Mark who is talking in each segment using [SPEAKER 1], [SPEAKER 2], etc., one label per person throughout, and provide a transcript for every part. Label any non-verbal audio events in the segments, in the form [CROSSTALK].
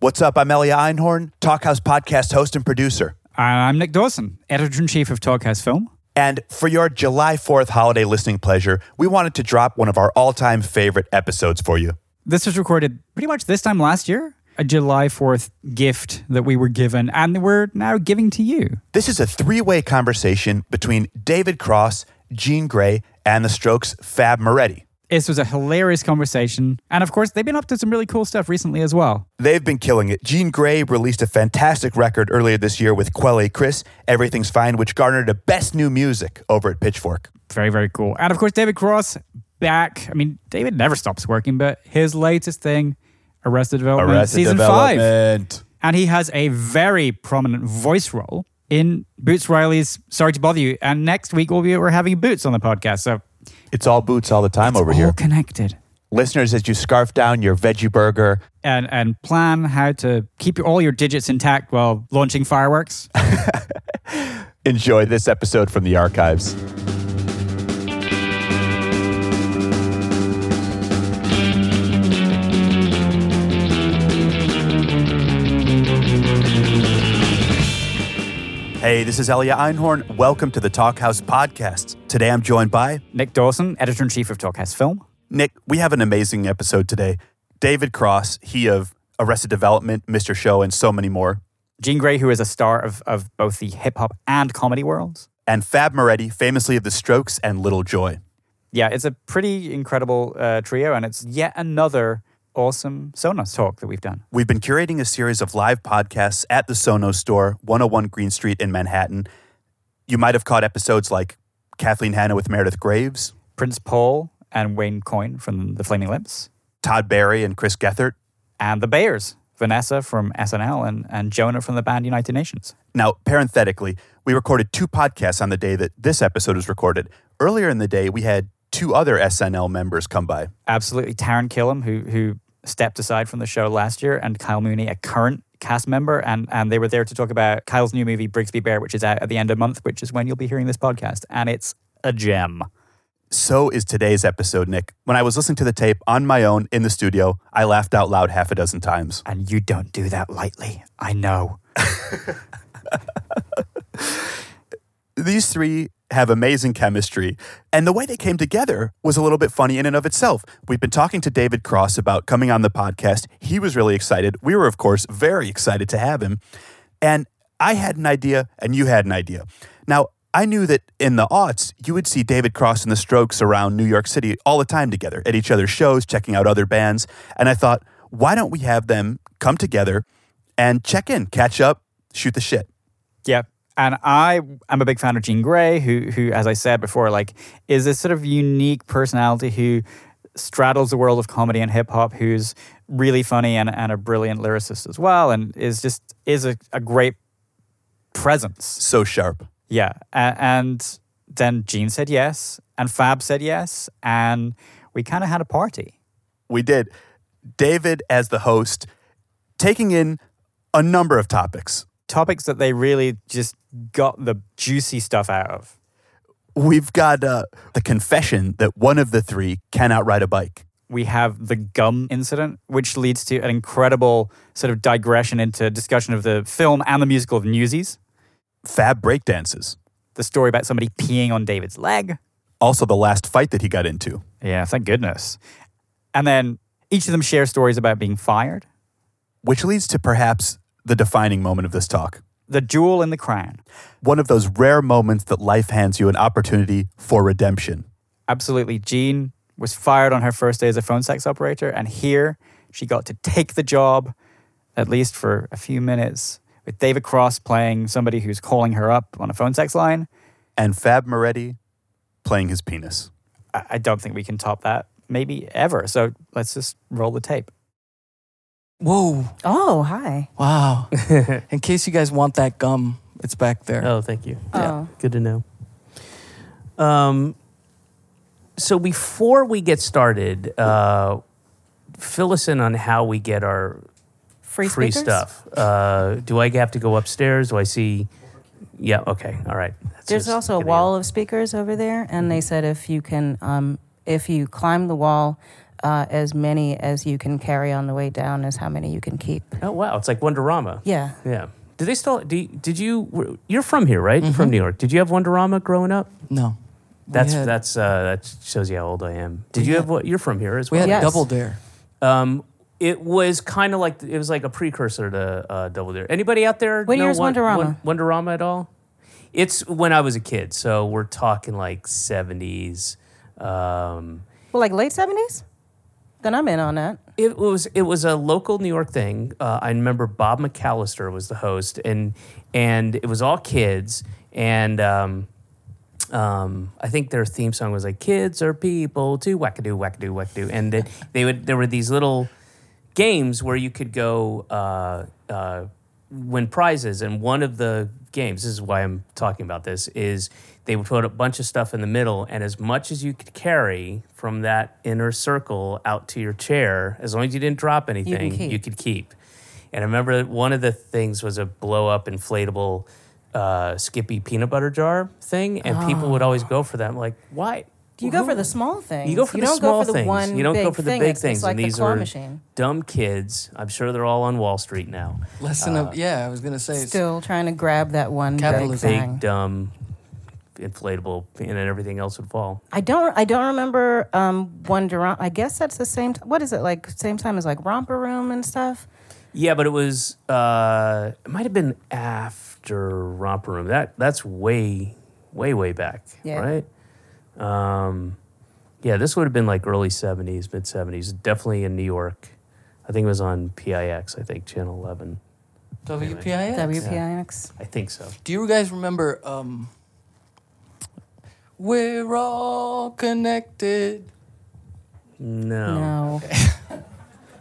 [SPEAKER 1] What's up? I'm Ellie Einhorn, Talkhouse podcast host and producer.
[SPEAKER 2] I'm Nick Dawson, editor in chief of Talkhouse Film.
[SPEAKER 1] And for your July 4th holiday listening pleasure, we wanted to drop one of our all time favorite episodes for you.
[SPEAKER 2] This was recorded pretty much this time last year, a July 4th gift that we were given and that we're now giving to you.
[SPEAKER 1] This is a three way conversation between David Cross, Gene Gray, and the Strokes' Fab Moretti.
[SPEAKER 2] This was a hilarious conversation. And of course, they've been up to some really cool stuff recently as well.
[SPEAKER 1] They've been killing it. Gene Gray released a fantastic record earlier this year with Quelle Chris, Everything's Fine, which garnered a Best New Music over at Pitchfork.
[SPEAKER 2] Very, very cool. And of course, David Cross back. I mean, David never stops working, but his latest thing, Arrested Development,
[SPEAKER 1] Arrested
[SPEAKER 2] Mm, season five.
[SPEAKER 1] Development.
[SPEAKER 2] And he has a very prominent voice role in Boots Riley's Sorry to Bother You. And next week, we'll be, we're having Boots on the podcast. So
[SPEAKER 1] It's all boots all the time over
[SPEAKER 2] all
[SPEAKER 1] here.
[SPEAKER 2] connected.
[SPEAKER 1] Listeners, as you scarf down your veggie burger,
[SPEAKER 2] and and plan how to keep your, all your digits intact while
[SPEAKER 1] [LAUGHS]
[SPEAKER 2] launching fireworks.
[SPEAKER 1] enjoy this episode from the archives. Hey, this is Elia Einhorn. Welcome to the Talkhouse Podcast. Today I'm joined by
[SPEAKER 2] Nick Dawson, editor in chief of Talkhouse Film.
[SPEAKER 1] Nick, we have an amazing episode today. David Cross, he of Arrested Development, Mr. Show, and so many more.
[SPEAKER 2] Gene Grey, who is a star of, of both the hip hop and comedy worlds.
[SPEAKER 1] And Fab Moretti, famously of The Strokes and Little Joy.
[SPEAKER 2] Yeah, it's a pretty incredible uh, trio, and it's yet another awesome Sonos talk that we've done.
[SPEAKER 1] We've been curating a series of live podcasts at the Sonos store, 101 Green Street in Manhattan. You might have caught episodes like Kathleen Hanna with Meredith Graves,
[SPEAKER 2] Prince Paul and Wayne Coyne from The Flaming Lips,
[SPEAKER 1] Todd Barry and Chris Gethard.
[SPEAKER 2] and the Bayers, Vanessa from SNL and, and Jonah from the band United Nations.
[SPEAKER 1] Now, parenthetically, we recorded two podcasts on the day that this episode was recorded. Earlier in the day, we had two other SNL members come by.
[SPEAKER 2] absolutely Taron Killam, who who stepped aside from the show last year, and Kyle Mooney, a current cast member, and and they were there to talk about Kyle's new movie Brigsby Bear, which is out at the end of month, which is when you'll be hearing this podcast, and it's a gem.
[SPEAKER 1] So is today's episode, Nick. When I was listening to the tape on my own in the studio, I laughed out loud half a dozen times.
[SPEAKER 2] And you don't do that lightly. I know.
[SPEAKER 1] these three have amazing chemistry. And the way they came together was a little bit funny in and of itself. We've been talking to David Cross about coming on the podcast. He was really excited. We were, of course, very excited to have him. And I had an idea, and you had an idea. Now, I knew that in the aughts, you would see David Cross and the Strokes around New York City all the time together at each other's shows, checking out other bands. And I thought, why don't we have them come together and check in, catch up, shoot the shit?
[SPEAKER 2] Yeah. And I am a big fan of Jean Grey, who who, as I said before, like is this sort of unique personality who straddles the world of comedy and hip hop, who's really funny and, and a brilliant lyricist as well, and is just is a, a great presence.
[SPEAKER 1] So sharp.
[SPEAKER 2] Yeah. A- and then Jean said yes, and Fab said yes, and we kind of had a party.
[SPEAKER 1] We did. David, as the host, taking in a number of topics.
[SPEAKER 2] Topics that they really just got the juicy stuff out of.
[SPEAKER 1] We've got uh, the confession that one of the three cannot ride a bike.
[SPEAKER 2] we have the gum incident, which leads to an incredible sort of digression into discussion of the film and the musical of Newsies,
[SPEAKER 1] Fab breakdances.
[SPEAKER 2] the story about somebody peeing on David's leg.
[SPEAKER 1] Also, the last fight that he got into.
[SPEAKER 2] Yeah, thank goodness. And then each of them share stories about being fired,
[SPEAKER 1] Which leads to perhaps the defining moment of this talk.
[SPEAKER 2] the jewel in the crown.
[SPEAKER 1] One of those rare moments that life hands you an opportunity for redemption.
[SPEAKER 2] Absolutely, Jean was fired on her first day as a phone sex operator, and here she got to take the job, at least for a few minutes, with David Cross playing somebody who's calling her up on a phone sex line.
[SPEAKER 1] And Fab Moretti playing his penis.
[SPEAKER 2] I I don't think we can top that maybe ever. So let's just roll the tape.
[SPEAKER 3] Whoa.
[SPEAKER 4] Oh, hi.
[SPEAKER 5] [LAUGHS]
[SPEAKER 3] Wow. In case you guys want that gum, it's back there.
[SPEAKER 5] Oh, thank you.
[SPEAKER 4] Yeah. Oh.
[SPEAKER 5] Good to know. Um, so before we get started, uh, fill us in on how we get our
[SPEAKER 4] Free,
[SPEAKER 5] free
[SPEAKER 4] speakers?
[SPEAKER 5] stuff. Uh, do I have to go upstairs? Do I see? Yeah. Okay. All right. That's
[SPEAKER 4] There's
[SPEAKER 5] just Mm-hmm.
[SPEAKER 4] also a
[SPEAKER 5] gonna-
[SPEAKER 4] wall of speakers over there, and they said if you can, um, if you climb the wall uh, as many as you can carry on the way down as how many you can keep.
[SPEAKER 5] Oh wow, it's like Wonderama.
[SPEAKER 4] Yeah.
[SPEAKER 5] Yeah. Do they still? Do, did you? were- You're from here,
[SPEAKER 4] Mm-hmm.
[SPEAKER 5] right? From New York. Did you have Wonderama growing up?
[SPEAKER 3] No. We
[SPEAKER 5] That's
[SPEAKER 3] had-
[SPEAKER 5] that's uh, that shows you how old I am. Did
[SPEAKER 3] We
[SPEAKER 5] you
[SPEAKER 3] had-
[SPEAKER 5] have what? You're from here as
[SPEAKER 3] We
[SPEAKER 5] well.
[SPEAKER 3] had
[SPEAKER 4] Yes.
[SPEAKER 3] Double Dare.
[SPEAKER 5] Um, it was kind of like it was like a precursor to uh, Double Dare. Anybody out there?
[SPEAKER 4] What
[SPEAKER 5] know
[SPEAKER 4] year is
[SPEAKER 5] Won-
[SPEAKER 4] Wonderama?
[SPEAKER 5] Won- Wonderama at all? It's when I was a kid, so we're talking like seventies. Um,
[SPEAKER 4] Well, like late 70s? Then I'm in on that.
[SPEAKER 5] it was it was a local New York thing. Uh, I remember Bob McAllister was the host, and and it was all kids. And um, um, I think their theme song was like "Kids are people too, wackadoo, wackadoo, wackadoo." And they, they would there were these little games where you could go uh, uh, win prizes, and one of the games this is why I'm talking about this is they would put a bunch of stuff in the middle, and as much as you could carry from that inner circle out to your chair, as long as you didn't drop anything,
[SPEAKER 4] keep.
[SPEAKER 5] you could keep. And I remember that one of the things was a blow up inflatable uh, Skippy peanut butter jar thing, and people would always go for that. I'm like, why?
[SPEAKER 4] Do you go for the small things?
[SPEAKER 5] You go for the
[SPEAKER 4] don't
[SPEAKER 5] small
[SPEAKER 4] go for the
[SPEAKER 5] things.
[SPEAKER 4] One
[SPEAKER 5] you don't
[SPEAKER 4] big
[SPEAKER 5] go for the
[SPEAKER 4] thing
[SPEAKER 5] big
[SPEAKER 4] that's just
[SPEAKER 5] things.
[SPEAKER 4] Like
[SPEAKER 5] and these
[SPEAKER 4] the claw
[SPEAKER 5] are
[SPEAKER 4] machine.
[SPEAKER 5] dumb kids. I'm sure they're all on Wall Street now.
[SPEAKER 3] Lesson of yeah, I was gonna say. It's,
[SPEAKER 4] Uh, Still trying to grab that one big
[SPEAKER 3] Capitalism.
[SPEAKER 5] Big,
[SPEAKER 4] thing.
[SPEAKER 5] dumb, inflatable, and then everything else would fall.
[SPEAKER 4] I don't. I don't remember um, Wonderama. I guess that's the same. T- what is it like? Same time as like Romper Room and stuff.
[SPEAKER 5] Yeah, but it was. Uh, it might have been after Romper Room. That that's way, way, way back.
[SPEAKER 4] Yeah.
[SPEAKER 5] Right. Um, yeah, this would have been like early '70s, mid '70s. Definitely in New York. I think it was on PIX. I think Channel 11.
[SPEAKER 3] WPIX.
[SPEAKER 4] WPIX.
[SPEAKER 5] I think so.
[SPEAKER 3] Do you guys remember? Um, We're all connected.
[SPEAKER 5] No.
[SPEAKER 4] No. [LAUGHS]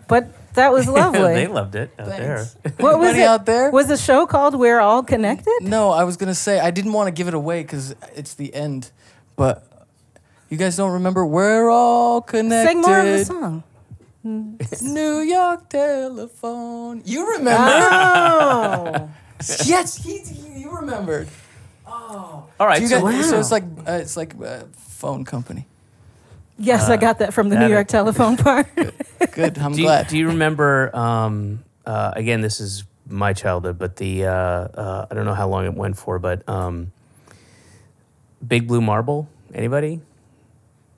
[SPEAKER 4] but that was lovely.
[SPEAKER 5] [LAUGHS] they loved it out there.
[SPEAKER 3] Thanks.
[SPEAKER 4] what was
[SPEAKER 3] Anybody
[SPEAKER 4] it?
[SPEAKER 3] out there?
[SPEAKER 4] Was the show called "We're All Connected"?
[SPEAKER 3] No, I was gonna say I didn't want to give it away because it's the end, but. You guys don't remember we're all connected.
[SPEAKER 4] Sing more of the song.
[SPEAKER 3] New York telephone. You remember?
[SPEAKER 4] Ah. Oh.
[SPEAKER 3] [LAUGHS] yes, he, he, you remembered.
[SPEAKER 5] All right,
[SPEAKER 3] Do you
[SPEAKER 5] so
[SPEAKER 3] guys- So it's like uh, it's like uh, phone company.
[SPEAKER 4] yes, I got that from the
[SPEAKER 5] that-
[SPEAKER 4] New York telephone part.
[SPEAKER 3] Good. I'm
[SPEAKER 5] [LAUGHS] do you,
[SPEAKER 3] glad.
[SPEAKER 5] do you remember? Um, uh, again, this is my childhood, but the uh, uh, I don't know how long it went for, but um, Big Blue Marble. Anybody?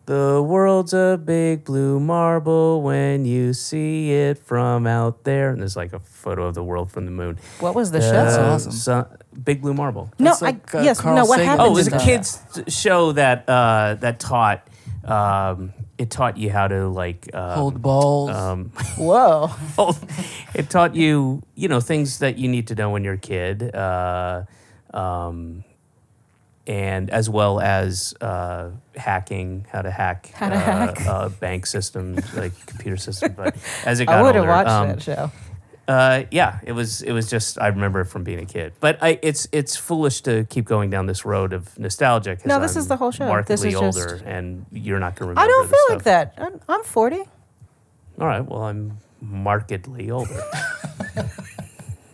[SPEAKER 5] The world's a big blue marble when you see it from out there. And there's like a photo of the world from the moon.
[SPEAKER 4] what was the
[SPEAKER 5] That's
[SPEAKER 4] show?
[SPEAKER 3] awesome.
[SPEAKER 5] Big Blue Marble.
[SPEAKER 4] no,
[SPEAKER 3] That's
[SPEAKER 4] [LAUGHS]
[SPEAKER 3] like,
[SPEAKER 4] I,
[SPEAKER 3] uh,
[SPEAKER 4] yes,
[SPEAKER 3] Carl
[SPEAKER 4] no. What
[SPEAKER 3] Sagan.
[SPEAKER 4] happened?
[SPEAKER 5] Oh, it was
[SPEAKER 4] in
[SPEAKER 5] a
[SPEAKER 4] that?
[SPEAKER 5] kids show that uh, that taught um, it taught you how to like um,
[SPEAKER 3] Hold balls.
[SPEAKER 5] Um,
[SPEAKER 4] Whoa.
[SPEAKER 5] [LAUGHS] it taught you you know things that you need to know when you're a kid, uh, um, and as well as uh, hacking, how to hack
[SPEAKER 4] How to
[SPEAKER 5] uh,
[SPEAKER 4] hack.
[SPEAKER 5] Uh, bank systems like computer systems.
[SPEAKER 4] [LAUGHS]
[SPEAKER 5] But as it got
[SPEAKER 4] I would have
[SPEAKER 5] older,
[SPEAKER 4] watched
[SPEAKER 5] um,
[SPEAKER 4] that show.
[SPEAKER 5] uh, yeah, it was. It was just I remember it from being a kid. But I, it's it's foolish to keep going down this road of nostalgia. 'cause
[SPEAKER 4] No, this
[SPEAKER 5] I'm
[SPEAKER 4] is the whole show.
[SPEAKER 5] Markedly
[SPEAKER 4] This is
[SPEAKER 5] older,
[SPEAKER 4] just-
[SPEAKER 5] and you're not going to remember.
[SPEAKER 4] I don't
[SPEAKER 5] this
[SPEAKER 4] feel like
[SPEAKER 5] stuff.
[SPEAKER 4] that. I'm, I'm 40.
[SPEAKER 5] All right. Well, I'm markedly older. All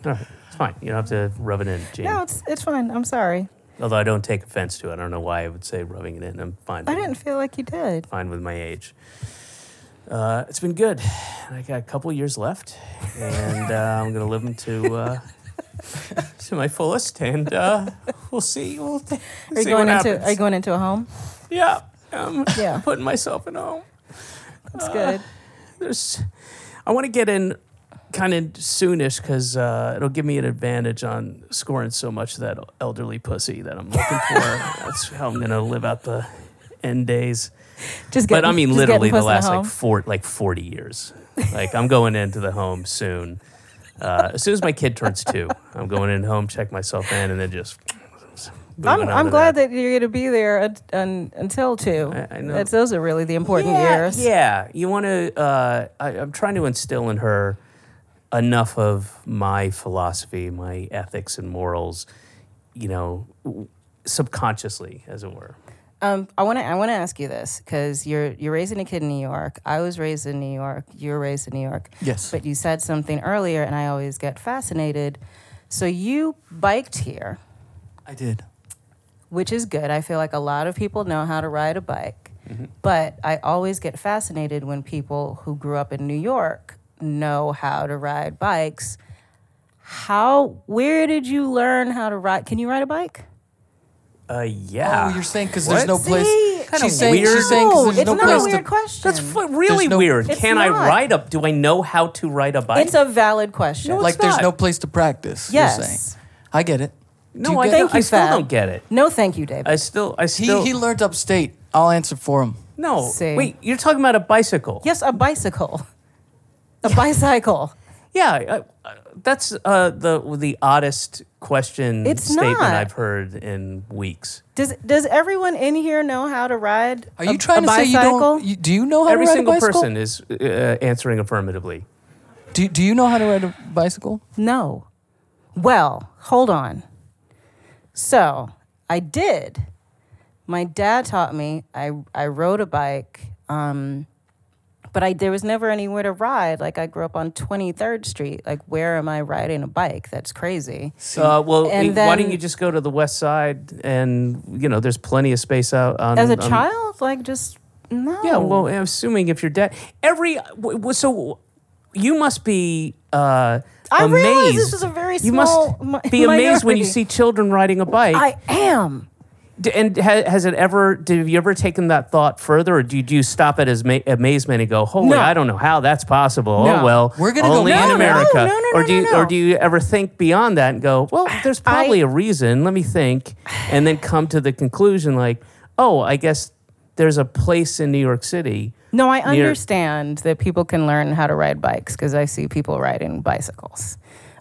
[SPEAKER 5] right. It's fine. You don't have to rub it in, Gene.
[SPEAKER 4] No, it's it's fine. I'm sorry.
[SPEAKER 5] Although I don't take offense to it. I don't know why I would say rubbing it in. I'm fine.
[SPEAKER 4] I
[SPEAKER 5] with it.
[SPEAKER 4] didn't feel like you did.
[SPEAKER 5] fine with my age. Uh, it's been good. I got a couple years left, and uh, I'm gonna live them
[SPEAKER 4] [LAUGHS]
[SPEAKER 5] to uh, to my fullest, and uh, we'll see. We'll t-
[SPEAKER 4] Are you
[SPEAKER 5] see
[SPEAKER 4] going
[SPEAKER 5] what
[SPEAKER 4] into
[SPEAKER 5] happens.
[SPEAKER 4] Are you going into a home?
[SPEAKER 5] yeah, I'm
[SPEAKER 4] Yeah.
[SPEAKER 5] putting myself in home.
[SPEAKER 4] That's good.
[SPEAKER 5] There's, I want to get in kind of soonish because uh, it'll give me an advantage on scoring so much of that elderly pussy that I'm looking
[SPEAKER 4] [LAUGHS]
[SPEAKER 5] for. That's how I'm gonna live out the end days.
[SPEAKER 4] Just get.
[SPEAKER 5] But I mean,
[SPEAKER 4] just
[SPEAKER 5] literally
[SPEAKER 4] getting
[SPEAKER 5] the
[SPEAKER 4] puss in
[SPEAKER 5] last like
[SPEAKER 4] home.
[SPEAKER 5] four, like forty years. Like I'm going into the home soon. Uh, as soon as my kid turns two, I'm going in home, check myself in, and then just.
[SPEAKER 4] I'm, I'm glad that. you're going to be there un, un, until two.
[SPEAKER 5] I- I know.
[SPEAKER 4] That's, those are really the important
[SPEAKER 5] yeah,
[SPEAKER 4] years.
[SPEAKER 5] Yeah, you want to. Uh, I- I'm trying to instill in her enough of my philosophy, my ethics and morals. You know, w- subconsciously, as it were.
[SPEAKER 4] Um, I want to I want to ask you this because you're you're raising a kid in New York. I was raised in New York. You're raised in New York.
[SPEAKER 3] Yes.
[SPEAKER 4] But you said something earlier, and I always get fascinated. So you biked here.
[SPEAKER 3] I did.
[SPEAKER 4] which is good. I feel like a lot of people know how to ride a bike.
[SPEAKER 3] Mm-hmm.
[SPEAKER 4] But I always get fascinated when people who grew up in New York know how to ride bikes. How, where did you learn how to ride? Can you ride a bike?
[SPEAKER 5] Uh, yeah.
[SPEAKER 3] Oh, you're saying because there's
[SPEAKER 5] What?
[SPEAKER 3] no place.
[SPEAKER 4] See?
[SPEAKER 5] Kinda
[SPEAKER 3] she's saying,
[SPEAKER 5] weird.
[SPEAKER 3] she's saying 'cause
[SPEAKER 4] No,
[SPEAKER 3] there's
[SPEAKER 4] it's
[SPEAKER 3] no
[SPEAKER 4] not
[SPEAKER 3] place
[SPEAKER 4] a weird
[SPEAKER 3] to.
[SPEAKER 4] question.
[SPEAKER 5] That's fu- really
[SPEAKER 3] There's no-
[SPEAKER 5] weird.
[SPEAKER 4] It's
[SPEAKER 5] Can
[SPEAKER 4] not.
[SPEAKER 5] I ride up? Do I know how to ride a bike?
[SPEAKER 4] It's a valid question.
[SPEAKER 5] No,
[SPEAKER 3] Like
[SPEAKER 5] It's
[SPEAKER 3] there's
[SPEAKER 5] not.
[SPEAKER 3] no place to practice. You're saying.
[SPEAKER 4] yes.
[SPEAKER 3] I get it. Do
[SPEAKER 5] no,
[SPEAKER 3] you
[SPEAKER 5] I,
[SPEAKER 3] get
[SPEAKER 5] don't-
[SPEAKER 4] Thank
[SPEAKER 5] I
[SPEAKER 4] you,
[SPEAKER 5] still
[SPEAKER 4] Fab.
[SPEAKER 5] don't get it.
[SPEAKER 4] No, thank you, David.
[SPEAKER 5] I still, I
[SPEAKER 3] He
[SPEAKER 5] still,
[SPEAKER 3] he learned upstate. I'll answer for him.
[SPEAKER 5] no.
[SPEAKER 4] See.
[SPEAKER 5] Wait, you're talking about a bicycle?
[SPEAKER 4] yes, a bicycle. A bicycle.
[SPEAKER 5] Yeah, uh, uh, that's uh, the the oddest question
[SPEAKER 4] It's
[SPEAKER 5] statement
[SPEAKER 4] not.
[SPEAKER 5] I've heard in weeks.
[SPEAKER 4] Does does everyone in here know how to ride?
[SPEAKER 3] Are
[SPEAKER 4] a-
[SPEAKER 3] you trying
[SPEAKER 4] a
[SPEAKER 3] to say you
[SPEAKER 4] bicycle?
[SPEAKER 3] don't? You, do you know how
[SPEAKER 5] Every
[SPEAKER 3] to ride
[SPEAKER 5] single
[SPEAKER 3] a bicycle?
[SPEAKER 5] person is uh, answering affirmatively.
[SPEAKER 3] Do, do you know how to ride a bicycle?
[SPEAKER 4] No. Well, hold on. So I did. My dad taught me. I I rode a bike, um, but I there was never anywhere to ride. Like I grew up on Twenty Third Street. Like where am I riding a bike? That's crazy.
[SPEAKER 5] Uh, well,
[SPEAKER 4] And
[SPEAKER 5] eh, why don't
[SPEAKER 4] then-
[SPEAKER 5] you just go to the west side and you know there's plenty of space out on
[SPEAKER 4] As a
[SPEAKER 5] on-
[SPEAKER 4] child, like just no.
[SPEAKER 5] Yeah, well, I'm assuming if you're dead, every w- w- so you must be uh,
[SPEAKER 4] I
[SPEAKER 5] amazed.
[SPEAKER 4] realize this is a very
[SPEAKER 5] you
[SPEAKER 4] small
[SPEAKER 5] must
[SPEAKER 4] mi-
[SPEAKER 5] be amazed when you
[SPEAKER 4] minority.
[SPEAKER 5] see children riding a bike.
[SPEAKER 4] I am.
[SPEAKER 5] D- and ha- has it ever? Did have you ever taken that thought further, or do you, do you stop at as ma- amazement and go, "Holy,
[SPEAKER 4] No.
[SPEAKER 5] I don't know how that's possible." Oh
[SPEAKER 4] No.
[SPEAKER 5] well,
[SPEAKER 3] We're gonna go
[SPEAKER 5] only
[SPEAKER 3] No,
[SPEAKER 5] in
[SPEAKER 3] no,
[SPEAKER 5] America.
[SPEAKER 4] no, no, no,
[SPEAKER 5] or do
[SPEAKER 4] no,
[SPEAKER 5] you,
[SPEAKER 4] no.
[SPEAKER 5] or do you ever think beyond that and go, "Well, there's probably a reason." Let me think, and then come to the conclusion like, "Oh, I guess there's a place in New York City."
[SPEAKER 4] No, I
[SPEAKER 5] near-
[SPEAKER 4] understand that people can learn how to ride bikes because I see people riding bicycles.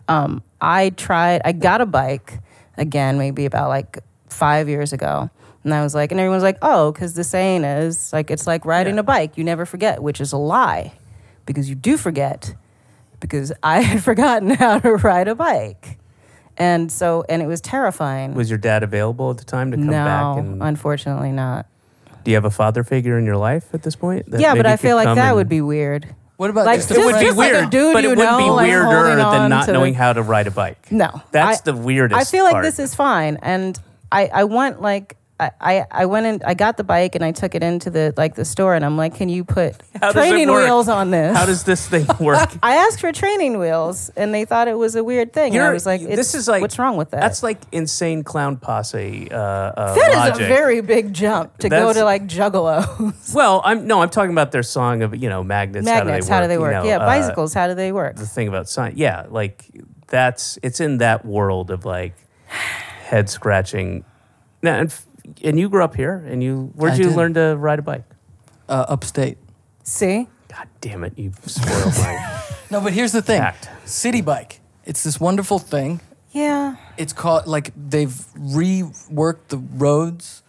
[SPEAKER 4] Um, I tried, I got a bike again, maybe about like five years ago. And I was like, and everyone's like, oh, because the saying is like, it's like riding a bike, you never forget, which is a lie because you do forget because [LAUGHS] I had forgotten how to ride a bike. And so, and it was terrifying.
[SPEAKER 5] Was your dad available at the time to come
[SPEAKER 4] no,
[SPEAKER 5] back? And
[SPEAKER 4] unfortunately not.
[SPEAKER 5] do you have a father figure in your life at this point? that
[SPEAKER 4] Yeah, but
[SPEAKER 5] maybe
[SPEAKER 4] I
[SPEAKER 5] could
[SPEAKER 4] feel like
[SPEAKER 5] come
[SPEAKER 4] that
[SPEAKER 5] and-
[SPEAKER 4] would be weird.
[SPEAKER 3] What about
[SPEAKER 4] Like,
[SPEAKER 3] just
[SPEAKER 5] It
[SPEAKER 3] a
[SPEAKER 4] Dude,
[SPEAKER 5] would
[SPEAKER 3] friend?
[SPEAKER 5] be
[SPEAKER 4] just like
[SPEAKER 5] weird,
[SPEAKER 4] a dude
[SPEAKER 5] but
[SPEAKER 4] you
[SPEAKER 5] it would be
[SPEAKER 4] know, like,
[SPEAKER 5] weirder
[SPEAKER 4] holding
[SPEAKER 5] than
[SPEAKER 4] on
[SPEAKER 5] not
[SPEAKER 4] to the-
[SPEAKER 5] knowing how to ride a bike.
[SPEAKER 4] No,
[SPEAKER 5] that's
[SPEAKER 4] I-
[SPEAKER 5] the weirdest.
[SPEAKER 4] I feel like
[SPEAKER 5] part.
[SPEAKER 4] this is fine, and I I want like. I- I, I went and I got the bike and I took it into the like the store and I'm like, can you put
[SPEAKER 5] How does it
[SPEAKER 4] training
[SPEAKER 5] work?
[SPEAKER 4] wheels on this?
[SPEAKER 5] How does this
[SPEAKER 4] [LAUGHS]
[SPEAKER 5] thing work?
[SPEAKER 4] I asked for training wheels and they thought it was a weird thing. and I was like,
[SPEAKER 5] this
[SPEAKER 4] it's-
[SPEAKER 5] is like
[SPEAKER 4] what's wrong with that?
[SPEAKER 5] That's like insane clown posse. Uh, uh,
[SPEAKER 4] That is
[SPEAKER 5] logic.
[SPEAKER 4] a very big jump to go
[SPEAKER 5] That's-
[SPEAKER 4] to like [LAUGHS] juggalo
[SPEAKER 5] well. I'm no, I'm talking about their song of you know magnets.
[SPEAKER 4] magnets. How do they work?
[SPEAKER 5] you know,
[SPEAKER 4] yeah,
[SPEAKER 5] uh,
[SPEAKER 4] bicycles. How do they work?
[SPEAKER 5] the thing about science, yeah, like that's it's in that world of like head scratching. Now, and, f- and you grew up here, and you where'd
[SPEAKER 3] I
[SPEAKER 5] you
[SPEAKER 3] did.
[SPEAKER 5] learn to ride a bike?
[SPEAKER 3] uh, upstate.
[SPEAKER 4] See,
[SPEAKER 5] God damn it, you spoiled
[SPEAKER 4] [LAUGHS]
[SPEAKER 5] my
[SPEAKER 3] No, but here's the thing.
[SPEAKER 5] Fact.
[SPEAKER 3] City bike. It's this wonderful thing.
[SPEAKER 4] yeah,
[SPEAKER 3] It's called like they've reworked the roads,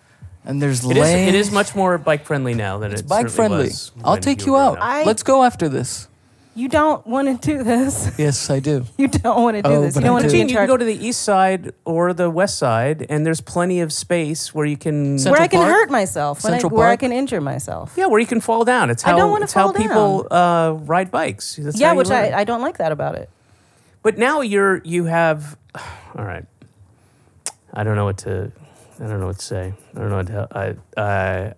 [SPEAKER 3] and there's
[SPEAKER 5] It is,
[SPEAKER 3] lanes.
[SPEAKER 5] it is much more bike friendly now than it's it
[SPEAKER 3] bike
[SPEAKER 5] certainly
[SPEAKER 3] friendly.
[SPEAKER 5] was
[SPEAKER 3] I'll
[SPEAKER 5] when
[SPEAKER 3] take you
[SPEAKER 5] were
[SPEAKER 3] out.
[SPEAKER 5] growing up.
[SPEAKER 4] I-
[SPEAKER 3] Let's go after this.
[SPEAKER 4] you don't want to do this. [LAUGHS]
[SPEAKER 3] Yes, I do.
[SPEAKER 4] You don't want to do
[SPEAKER 3] Oh,
[SPEAKER 4] this.
[SPEAKER 3] but
[SPEAKER 4] You don't
[SPEAKER 3] I
[SPEAKER 4] want to
[SPEAKER 3] do.
[SPEAKER 4] be
[SPEAKER 5] Gene,
[SPEAKER 4] in
[SPEAKER 5] you can
[SPEAKER 4] charge.
[SPEAKER 5] go to the east side or the west side, and there's plenty of space where you can.
[SPEAKER 3] So-
[SPEAKER 4] where I
[SPEAKER 3] Central
[SPEAKER 4] can
[SPEAKER 3] Park?
[SPEAKER 4] hurt myself, when I,
[SPEAKER 3] Central
[SPEAKER 4] where I
[SPEAKER 3] Park?
[SPEAKER 4] can injure myself.
[SPEAKER 5] yeah, where you can fall down. It's
[SPEAKER 4] I
[SPEAKER 5] how,
[SPEAKER 4] don't wanna
[SPEAKER 5] it's
[SPEAKER 4] fall
[SPEAKER 5] how
[SPEAKER 4] down.
[SPEAKER 5] people uh, ride bikes. That's
[SPEAKER 4] yeah,
[SPEAKER 5] how you
[SPEAKER 4] which
[SPEAKER 5] learn.
[SPEAKER 4] I, I don't like that about it.
[SPEAKER 5] But now you're you have. [SIGHS] All right. I don't know what to. I don't know what to say. I don't know what to. I. I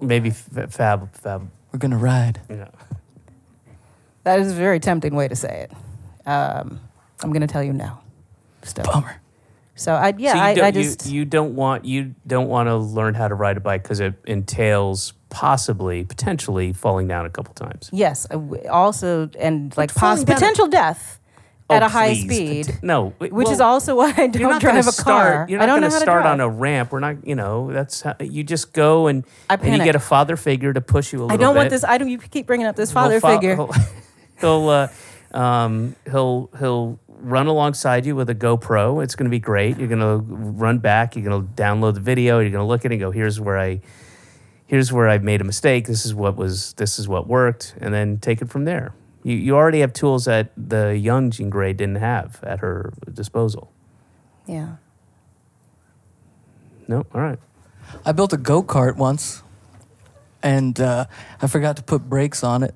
[SPEAKER 5] maybe f- Fab. Fab.
[SPEAKER 3] We're gonna ride.
[SPEAKER 5] You know.
[SPEAKER 4] That is a very tempting way to say it. Um, I'm going to tell you no. Still.
[SPEAKER 3] Bummer.
[SPEAKER 4] So I yeah
[SPEAKER 5] So you
[SPEAKER 4] I,
[SPEAKER 5] don't-
[SPEAKER 4] I
[SPEAKER 5] you-
[SPEAKER 4] just
[SPEAKER 5] you, don't want you don't want to learn how to ride a bike because it entails possibly potentially falling down a couple times.
[SPEAKER 4] yes I w- also and like pos-
[SPEAKER 5] falling down-
[SPEAKER 4] potential death at
[SPEAKER 5] Oh,
[SPEAKER 4] a high
[SPEAKER 5] please,
[SPEAKER 4] speed,
[SPEAKER 5] pot- no,
[SPEAKER 4] which
[SPEAKER 5] wait,
[SPEAKER 4] is
[SPEAKER 5] well,
[SPEAKER 4] also why I
[SPEAKER 5] You're
[SPEAKER 4] don't
[SPEAKER 5] not
[SPEAKER 4] drive
[SPEAKER 5] gonna
[SPEAKER 4] a car.
[SPEAKER 5] start. You're not
[SPEAKER 4] I don't
[SPEAKER 5] gonna
[SPEAKER 4] know how
[SPEAKER 5] start
[SPEAKER 4] to
[SPEAKER 5] on
[SPEAKER 4] drive.
[SPEAKER 5] a ramp. We're not. You know, that's how, you just go and
[SPEAKER 4] I
[SPEAKER 5] and you
[SPEAKER 4] panic.
[SPEAKER 5] get a father figure to push you a little.
[SPEAKER 4] I don't want
[SPEAKER 5] bit. oh,
[SPEAKER 4] this. I don't. You keep bringing up this
[SPEAKER 5] He'll
[SPEAKER 4] father
[SPEAKER 5] fo-
[SPEAKER 4] figure.
[SPEAKER 5] He'll [LAUGHS] he'll, uh, um, he'll he'll run alongside you with a GoPro. It's going to be great. You're going to run back. You're going to download the video. You're going to look at it and go, "Here's where I." Here's where I made a mistake. This is what was. This is what worked, and then take it from there. You, you already have tools that the young Jean Grey didn't have at her disposal. [LAUGHS]
[SPEAKER 4] yeah.
[SPEAKER 5] No, all right. [LAUGHS]
[SPEAKER 3] I built a go kart once, and uh, I forgot to put brakes on it.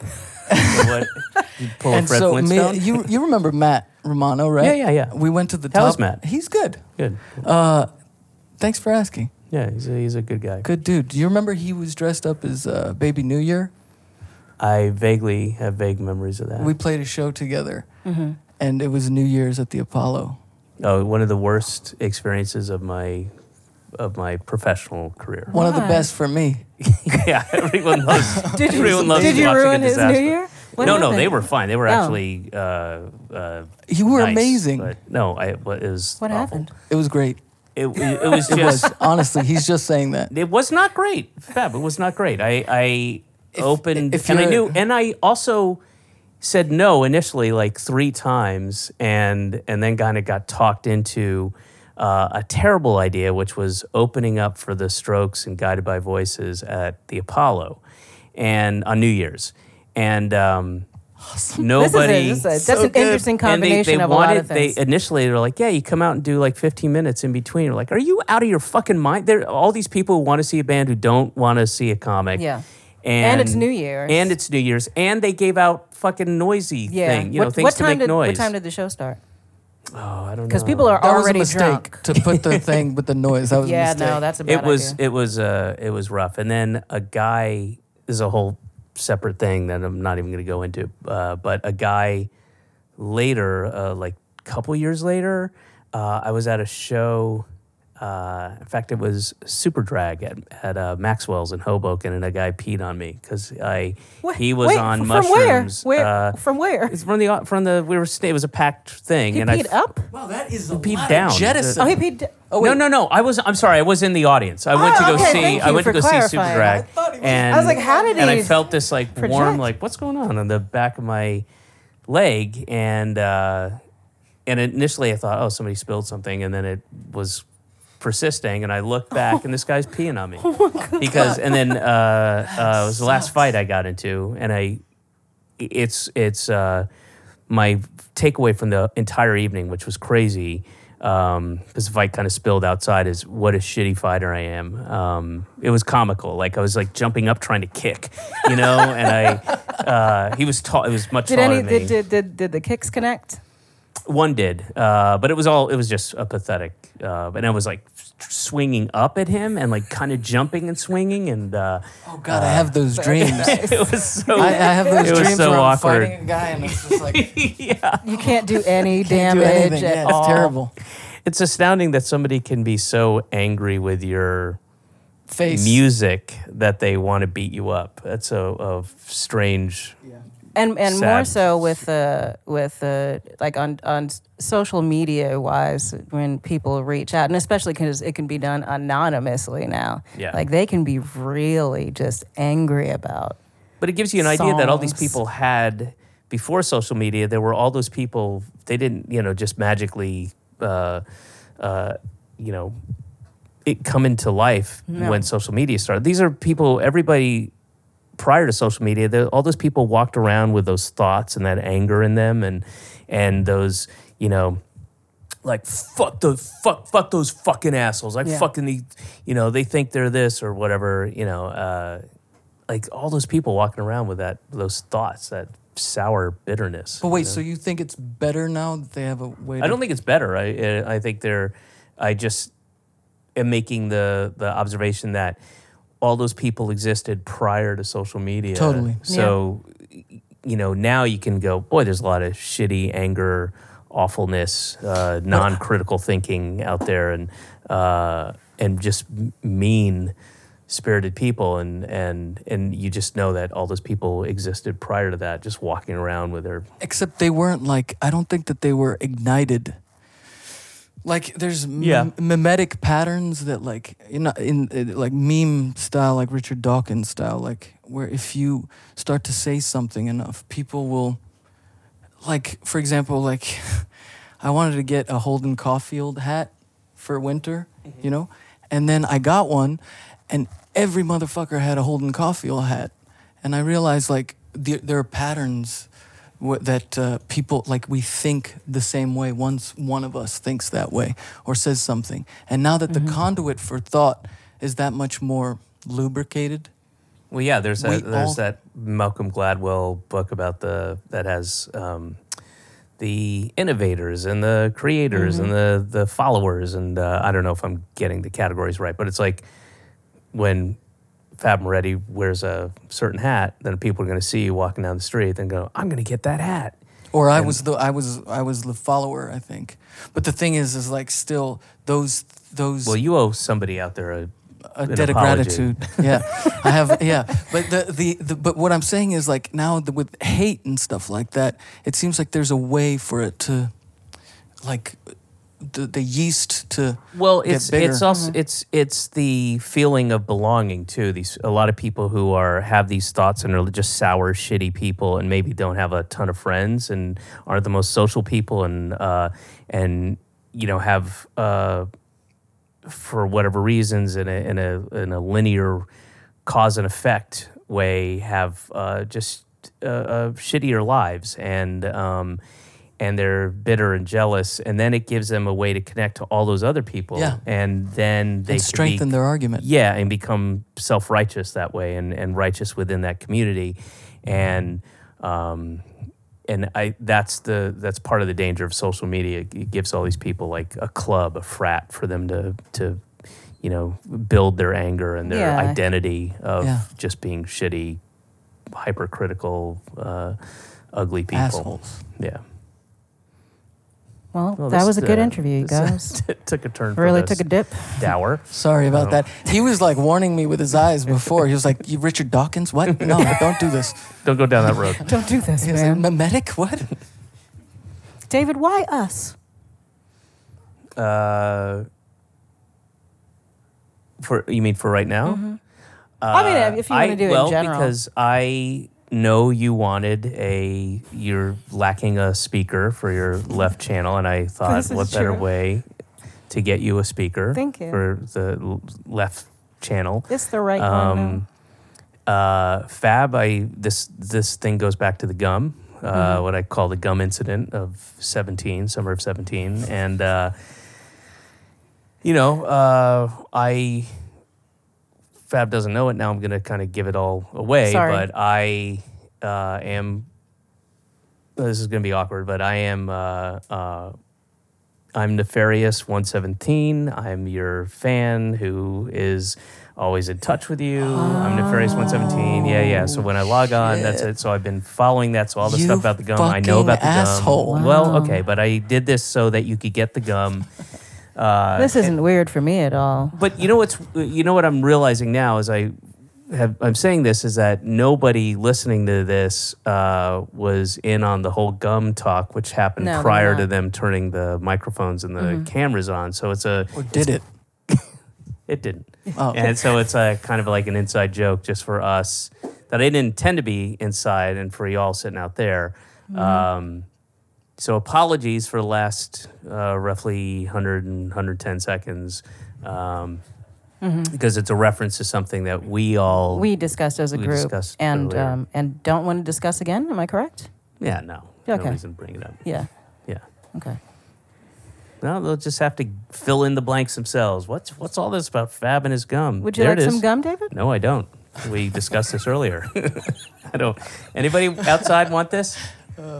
[SPEAKER 5] So what? You pull a
[SPEAKER 3] and
[SPEAKER 5] Fred
[SPEAKER 3] so me-
[SPEAKER 5] Flintstone.
[SPEAKER 3] you you remember Matt Romano, right?
[SPEAKER 5] Yeah, yeah, yeah.
[SPEAKER 3] We went to the
[SPEAKER 5] How's
[SPEAKER 3] top.
[SPEAKER 5] Matt?
[SPEAKER 3] He's good.
[SPEAKER 5] Good.
[SPEAKER 3] Uh, thanks for asking.
[SPEAKER 5] Yeah, he's a, he's a good guy.
[SPEAKER 3] Good dude. Do you remember he was dressed up as uh, Baby New Year?
[SPEAKER 5] I vaguely have vague memories of that.
[SPEAKER 3] We played a show together,
[SPEAKER 4] Mm-hmm.
[SPEAKER 3] and it was New Year's at the Apollo.
[SPEAKER 5] oh, one of the worst experiences of my of my professional career.
[SPEAKER 3] One of the
[SPEAKER 4] Why?
[SPEAKER 3] best for me.
[SPEAKER 5] [LAUGHS] yeah,
[SPEAKER 4] [LAUGHS]
[SPEAKER 5] everyone loves.
[SPEAKER 4] Did you,
[SPEAKER 5] everyone loves
[SPEAKER 4] did you
[SPEAKER 5] watching a
[SPEAKER 4] ruin his
[SPEAKER 5] disaster.
[SPEAKER 4] New Year? What
[SPEAKER 5] no, no, they
[SPEAKER 4] happened?
[SPEAKER 5] were fine. They were
[SPEAKER 4] Oh.
[SPEAKER 5] actually. Uh, uh,
[SPEAKER 3] You were
[SPEAKER 5] nice,
[SPEAKER 3] amazing.
[SPEAKER 5] but no, I it was.
[SPEAKER 4] What
[SPEAKER 5] awful.
[SPEAKER 4] happened?
[SPEAKER 3] It was great.
[SPEAKER 5] It, it was
[SPEAKER 3] It
[SPEAKER 5] just.
[SPEAKER 3] was honestly. He's just saying that.
[SPEAKER 5] It was not great, Fab. It was not great. I, I opened
[SPEAKER 3] if
[SPEAKER 5] and I
[SPEAKER 3] you're-
[SPEAKER 5] knew, and I also said no initially like three times, and and then kind of got talked into uh, a terrible idea, which was opening up for the Strokes and Guided by Voices at the Apollo, and on New Year's, and um,
[SPEAKER 4] This is a-
[SPEAKER 5] nobody.
[SPEAKER 4] this is a- that's
[SPEAKER 1] So
[SPEAKER 4] an
[SPEAKER 1] good.
[SPEAKER 4] interesally interesting
[SPEAKER 5] And
[SPEAKER 4] combination
[SPEAKER 5] they, they
[SPEAKER 4] of a
[SPEAKER 5] wanted,
[SPEAKER 4] lot of things.
[SPEAKER 5] They initially they were like, "Yeah, you come out and do like 15 minutes in between." You're like, "Are you out of your fucking mind?" There, all these people who want to see a band who don't want to see a comic.
[SPEAKER 4] Yeah.
[SPEAKER 5] and,
[SPEAKER 4] And it's New Year's.
[SPEAKER 5] And it's New Year's, and they gave out fucking noisy thing, you know, things to
[SPEAKER 4] time
[SPEAKER 5] make
[SPEAKER 4] did,
[SPEAKER 5] noise.
[SPEAKER 4] What time did the show start?
[SPEAKER 5] oh, I don't know.
[SPEAKER 4] Because people are
[SPEAKER 3] That was a
[SPEAKER 4] already
[SPEAKER 3] mistake
[SPEAKER 4] drunk.
[SPEAKER 3] to put
[SPEAKER 4] [LAUGHS]
[SPEAKER 3] the thing with the noise. That was a
[SPEAKER 4] Yeah,
[SPEAKER 3] mistake.
[SPEAKER 4] no, that's a bad
[SPEAKER 5] It was
[SPEAKER 4] idea.
[SPEAKER 5] it was uh it was rough, and then a guy this is a whole separate thing that I'm not even going to go into. Uh, but a guy later, uh, like a couple years later, uh, I was at a show. Uh, in fact, it was Super Drag at, at uh, Maxwell's in Hoboken, and a guy peed on me because I
[SPEAKER 4] Wait,
[SPEAKER 5] he was
[SPEAKER 4] wait,
[SPEAKER 5] on
[SPEAKER 4] from
[SPEAKER 5] mushrooms.
[SPEAKER 4] Where? Where?
[SPEAKER 5] Uh,
[SPEAKER 4] from where?
[SPEAKER 5] it's from the from the we were sta- it was a packed thing,
[SPEAKER 4] He
[SPEAKER 5] and
[SPEAKER 4] peed
[SPEAKER 5] I
[SPEAKER 4] up?
[SPEAKER 3] Wow, Oh, that is a
[SPEAKER 5] peed down.
[SPEAKER 4] Oh, he peed. Oh,
[SPEAKER 5] no, no, no. I was. I'm sorry. I was in the audience. I went to go
[SPEAKER 4] okay,
[SPEAKER 5] see.
[SPEAKER 4] thank
[SPEAKER 5] I
[SPEAKER 4] you
[SPEAKER 5] went to
[SPEAKER 4] for
[SPEAKER 5] go see
[SPEAKER 4] clarifying.
[SPEAKER 5] Superdrag.
[SPEAKER 4] I
[SPEAKER 3] thought he was-
[SPEAKER 5] and
[SPEAKER 4] I was like, how did
[SPEAKER 5] And I
[SPEAKER 4] he
[SPEAKER 5] felt this like warm,
[SPEAKER 4] project?
[SPEAKER 5] like what's going on on the back of my leg, and uh, and initially I thought, oh, somebody spilled something, and then it was persisting, and I looked back, and this guy's
[SPEAKER 4] [LAUGHS]
[SPEAKER 5] peeing on me
[SPEAKER 4] Oh
[SPEAKER 5] because, and then uh, uh, it was the last fight I got into, and I it's it's uh, my takeaway from the entire evening, which was crazy, um, because the fight kind of spilled outside. Is what a shitty fighter I am. Um, it was comical. Like I was like jumping up trying to kick, you know, and I [LAUGHS] uh, he was tall. It was much
[SPEAKER 4] Did
[SPEAKER 5] taller
[SPEAKER 4] any
[SPEAKER 5] than me.
[SPEAKER 4] did, did did did the kicks connect?
[SPEAKER 5] One did, uh, but it was all it was just a pathetic. Uh, and I was like swinging up at him and like kind of jumping and swinging and uh,
[SPEAKER 3] Oh God, I have those
[SPEAKER 4] [LAUGHS]
[SPEAKER 3] dreams. I,
[SPEAKER 5] it
[SPEAKER 3] [LAUGHS]
[SPEAKER 5] was so.
[SPEAKER 3] I have those
[SPEAKER 5] It was
[SPEAKER 3] dreams
[SPEAKER 5] so
[SPEAKER 3] where I'm
[SPEAKER 5] awkward.
[SPEAKER 3] fighting a guy and it's just like can't
[SPEAKER 4] [LAUGHS]
[SPEAKER 5] [GASPS]
[SPEAKER 4] You can't do any
[SPEAKER 3] do
[SPEAKER 4] damage
[SPEAKER 3] anything.
[SPEAKER 4] at
[SPEAKER 3] Yeah,
[SPEAKER 4] all.
[SPEAKER 3] it's terrible.
[SPEAKER 5] it's astounding that somebody can be so angry with your
[SPEAKER 3] Face.
[SPEAKER 5] music that they want to beat you up. That's a, a strange.
[SPEAKER 4] and and more
[SPEAKER 5] Sad.
[SPEAKER 4] so with uh with uh like on on s- social media wise when people reach out and especially because it can be done anonymously now
[SPEAKER 5] Yeah.
[SPEAKER 4] like they can be really just angry about
[SPEAKER 5] But it gives you an idea that all these
[SPEAKER 4] Songs.
[SPEAKER 5] people had before social media. There were all those people. They didn't, you know, just magically, uh, uh, you know, it come into life when social media started. These are people. Everybody prior to social media, the, all those people walked around with those thoughts and that anger in them, and and those, you know. like fuck those fuck fuck those fucking assholes. Like
[SPEAKER 4] Yeah.
[SPEAKER 5] fucking the you know, they think they're this or whatever, you know, uh like all those people walking around with that those thoughts, that sour bitterness.
[SPEAKER 3] But wait, so you think it's better now that they have a way?
[SPEAKER 5] I
[SPEAKER 3] to-
[SPEAKER 5] don't think it's better. I uh, I think they're I just am making the the observation that all those people existed prior to social media.
[SPEAKER 3] Totally.
[SPEAKER 5] So y- you know, now you can go, boy, there's a lot of shitty anger, awfulness, uh, non-critical thinking out there and uh, and just m- mean spirited people and and and you just know that all those people existed prior to that just walking around with their
[SPEAKER 3] Except they weren't like. I don't think that they were ignited. Like there's m-
[SPEAKER 5] Yeah.
[SPEAKER 3] mimetic patterns that like in, in uh, like meme style, like Richard Dawkins style, like where if you start to say something enough, people will. Like for example, like [LAUGHS] I wanted to get a Holden Caulfield hat for winter, you know, and then I got one, and every motherfucker had a Holden Caulfield hat, and I realized like the, there are patterns w- that uh, people like we think the same way once one of us thinks that way or says something, and now that the conduit for thought is that much more lubricated,
[SPEAKER 5] Well, yeah, there's
[SPEAKER 3] We
[SPEAKER 5] that, there's
[SPEAKER 3] all-
[SPEAKER 5] that Malcolm Gladwell book about the that has um, the innovators and the creators and the the followers and uh, I don't know if I'm getting the categories right, but it's like when Fab Moretti wears a certain hat, then people are going to see you walking down the street and go, "I'm going to get that hat."
[SPEAKER 3] Or I was the I was I was the follower, I think. But the thing is, is like still those those
[SPEAKER 5] Well, you owe somebody out there a,
[SPEAKER 3] a
[SPEAKER 5] an
[SPEAKER 3] debt of
[SPEAKER 5] apology.
[SPEAKER 3] gratitude. [LAUGHS] Yeah, I have. Yeah, but the, the the but what I'm saying is like now the, with hate and stuff like that, it seems like there's a way for it to, like, the the yeast to
[SPEAKER 5] Well,
[SPEAKER 3] get
[SPEAKER 5] it's
[SPEAKER 3] bigger.
[SPEAKER 5] it's also it's it's the feeling of belonging too. These a lot of people who are have these thoughts and are just sour, shitty people, and maybe don't have a ton of friends and aren't the most social people, and uh, and you know have uh, for whatever reasons in a in a in a linear cause and effect way have uh, just uh, uh, shittier lives and um, and they're bitter and jealous and then it gives them a way to connect to all those other people
[SPEAKER 3] Yeah.
[SPEAKER 5] and then they
[SPEAKER 3] and
[SPEAKER 5] could
[SPEAKER 3] strengthen
[SPEAKER 5] be-
[SPEAKER 3] their argument.
[SPEAKER 5] yeah and become self-righteous that way and, and righteous within that community and um, and I that's the that's part of the danger of social media it gives all these people like a club a frat for them to to you know build their anger and their
[SPEAKER 4] Yeah.
[SPEAKER 5] identity of
[SPEAKER 3] Yeah.
[SPEAKER 5] just being shitty hypercritical uh, ugly people
[SPEAKER 3] Assholes.
[SPEAKER 5] yeah
[SPEAKER 4] Well,
[SPEAKER 5] Well,
[SPEAKER 4] that
[SPEAKER 5] this,
[SPEAKER 4] was a good
[SPEAKER 5] uh,
[SPEAKER 4] interview, you
[SPEAKER 5] [LAUGHS] this
[SPEAKER 4] guys.
[SPEAKER 5] took a turn for
[SPEAKER 4] really
[SPEAKER 5] this
[SPEAKER 4] took a dip.
[SPEAKER 5] dour
[SPEAKER 3] Sorry about
[SPEAKER 5] Oh.
[SPEAKER 3] that. He was like warning me with his eyes before. He was like, "You Richard Dawkins? What?
[SPEAKER 5] [LAUGHS]
[SPEAKER 3] No, don't do this.
[SPEAKER 5] [LAUGHS] don't go down that road
[SPEAKER 4] Don't do this,
[SPEAKER 3] He was like,
[SPEAKER 4] man.
[SPEAKER 3] mimetic? What?
[SPEAKER 4] David, why us?
[SPEAKER 5] Uh, for you mean for right now?
[SPEAKER 4] Mm-hmm.
[SPEAKER 5] Uh,
[SPEAKER 4] I mean, if you
[SPEAKER 5] I-
[SPEAKER 4] wanna do it in
[SPEAKER 5] well,
[SPEAKER 4] general.
[SPEAKER 5] because I know you wanted a you're lacking a speaker for your left channel, and I thought,
[SPEAKER 4] This is
[SPEAKER 5] what better
[SPEAKER 4] true.
[SPEAKER 5] way to get you a speaker?
[SPEAKER 4] Thank you.
[SPEAKER 5] for the l- left channel.
[SPEAKER 4] It's the right one.
[SPEAKER 5] Um,
[SPEAKER 4] no?
[SPEAKER 5] uh, Fab, I this this thing goes back to the gum, uh,
[SPEAKER 4] Mm-hmm.
[SPEAKER 5] what I call the gum incident of seventeen, summer of seventeen, and uh, you know, uh, I Fab doesn't know it now. I'm gonna kind of give it all away,
[SPEAKER 4] Sorry.
[SPEAKER 5] but I uh, am. This is gonna be awkward, but I am. Uh, uh, I'm Nefarious 117. I'm your fan who is always in touch with you. I'm Nefarious 117. Yeah, yeah. So when I log on, that's it. So I've been following that. So all the
[SPEAKER 3] Oh, You
[SPEAKER 5] stuff about the gum, I know
[SPEAKER 3] fucking
[SPEAKER 5] about the
[SPEAKER 3] asshole.
[SPEAKER 5] gum. Well, okay, but I did this so that you could get the
[SPEAKER 3] [LAUGHS]
[SPEAKER 5] gum. Uh,
[SPEAKER 4] this isn't weird for me at all.
[SPEAKER 5] but you know what's you know what I'm realizing now is I have I'm saying this is that nobody listening to this uh, was in on the whole gum talk which happened
[SPEAKER 4] No, they're
[SPEAKER 5] prior to
[SPEAKER 4] not. Mm-hmm.
[SPEAKER 5] them turning the microphones and the cameras on. So it's a
[SPEAKER 3] Or did it?
[SPEAKER 5] it didn't.
[SPEAKER 3] Oh.
[SPEAKER 5] And so it's a kind of like an inside joke just for us that I didn't intend to be inside and for y'all sitting out there.
[SPEAKER 4] Mm-hmm.
[SPEAKER 5] Um, so apologies for the last uh, roughly 100 and 110 seconds um, because it's a reference to something that we all.
[SPEAKER 4] Mm-hmm. We discussed as a
[SPEAKER 5] We
[SPEAKER 4] group
[SPEAKER 5] discussed
[SPEAKER 4] and
[SPEAKER 5] earlier.
[SPEAKER 4] um, and don't want to discuss again. Am I correct?
[SPEAKER 5] yeah, no. No
[SPEAKER 4] Okay.
[SPEAKER 5] reason to bring it up.
[SPEAKER 4] Yeah.
[SPEAKER 5] Yeah.
[SPEAKER 4] Okay.
[SPEAKER 5] No, they'll just have to fill in the blanks themselves. What's what's all this about Fab and his gum?
[SPEAKER 4] Would you
[SPEAKER 5] There
[SPEAKER 4] like
[SPEAKER 5] it is.
[SPEAKER 4] some gum, David?
[SPEAKER 5] No, I don't. We discussed this earlier. [LAUGHS] I don't. Anybody outside want this?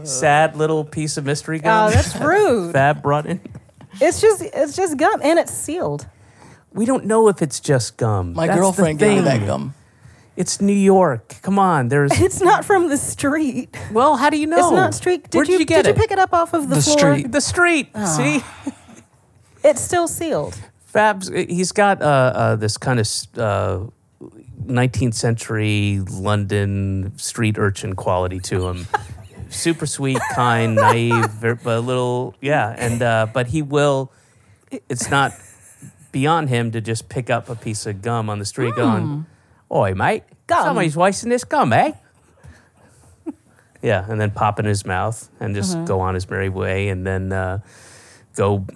[SPEAKER 5] Sad little piece of mystery
[SPEAKER 4] Oh,
[SPEAKER 5] gum [LAUGHS]
[SPEAKER 4] that's rude.
[SPEAKER 5] Fab brought in.
[SPEAKER 4] It's just it's just gum and it's sealed. [LAUGHS]
[SPEAKER 5] We don't know if it's just gum.
[SPEAKER 3] My
[SPEAKER 5] That's the
[SPEAKER 3] girlfriend gave me that
[SPEAKER 5] thing.
[SPEAKER 3] gum.
[SPEAKER 5] It's New York. Come on. There's.
[SPEAKER 4] It's not from the street.
[SPEAKER 5] [LAUGHS] well, how do you know?
[SPEAKER 4] It's not street. Did
[SPEAKER 5] Where did you, get
[SPEAKER 4] did
[SPEAKER 5] it? Ah.
[SPEAKER 4] you pick it up off of the,
[SPEAKER 3] The
[SPEAKER 4] floor?
[SPEAKER 3] street.
[SPEAKER 5] the street. See.
[SPEAKER 4] It's still sealed.
[SPEAKER 5] Fab's he's got uh, uh, this kind of uh, 19th century London street urchin quality to him. Super sweet, kind, naive, ver- but a little yeah, and uh, but he will. It's not beyond him to just pick up a piece of gum on the street, going, "Oi, mate,
[SPEAKER 4] Gum.
[SPEAKER 5] somebody's wasting this gum, eh?" [LAUGHS] yeah, and then pop in his mouth and just go on his merry way, and then uh, go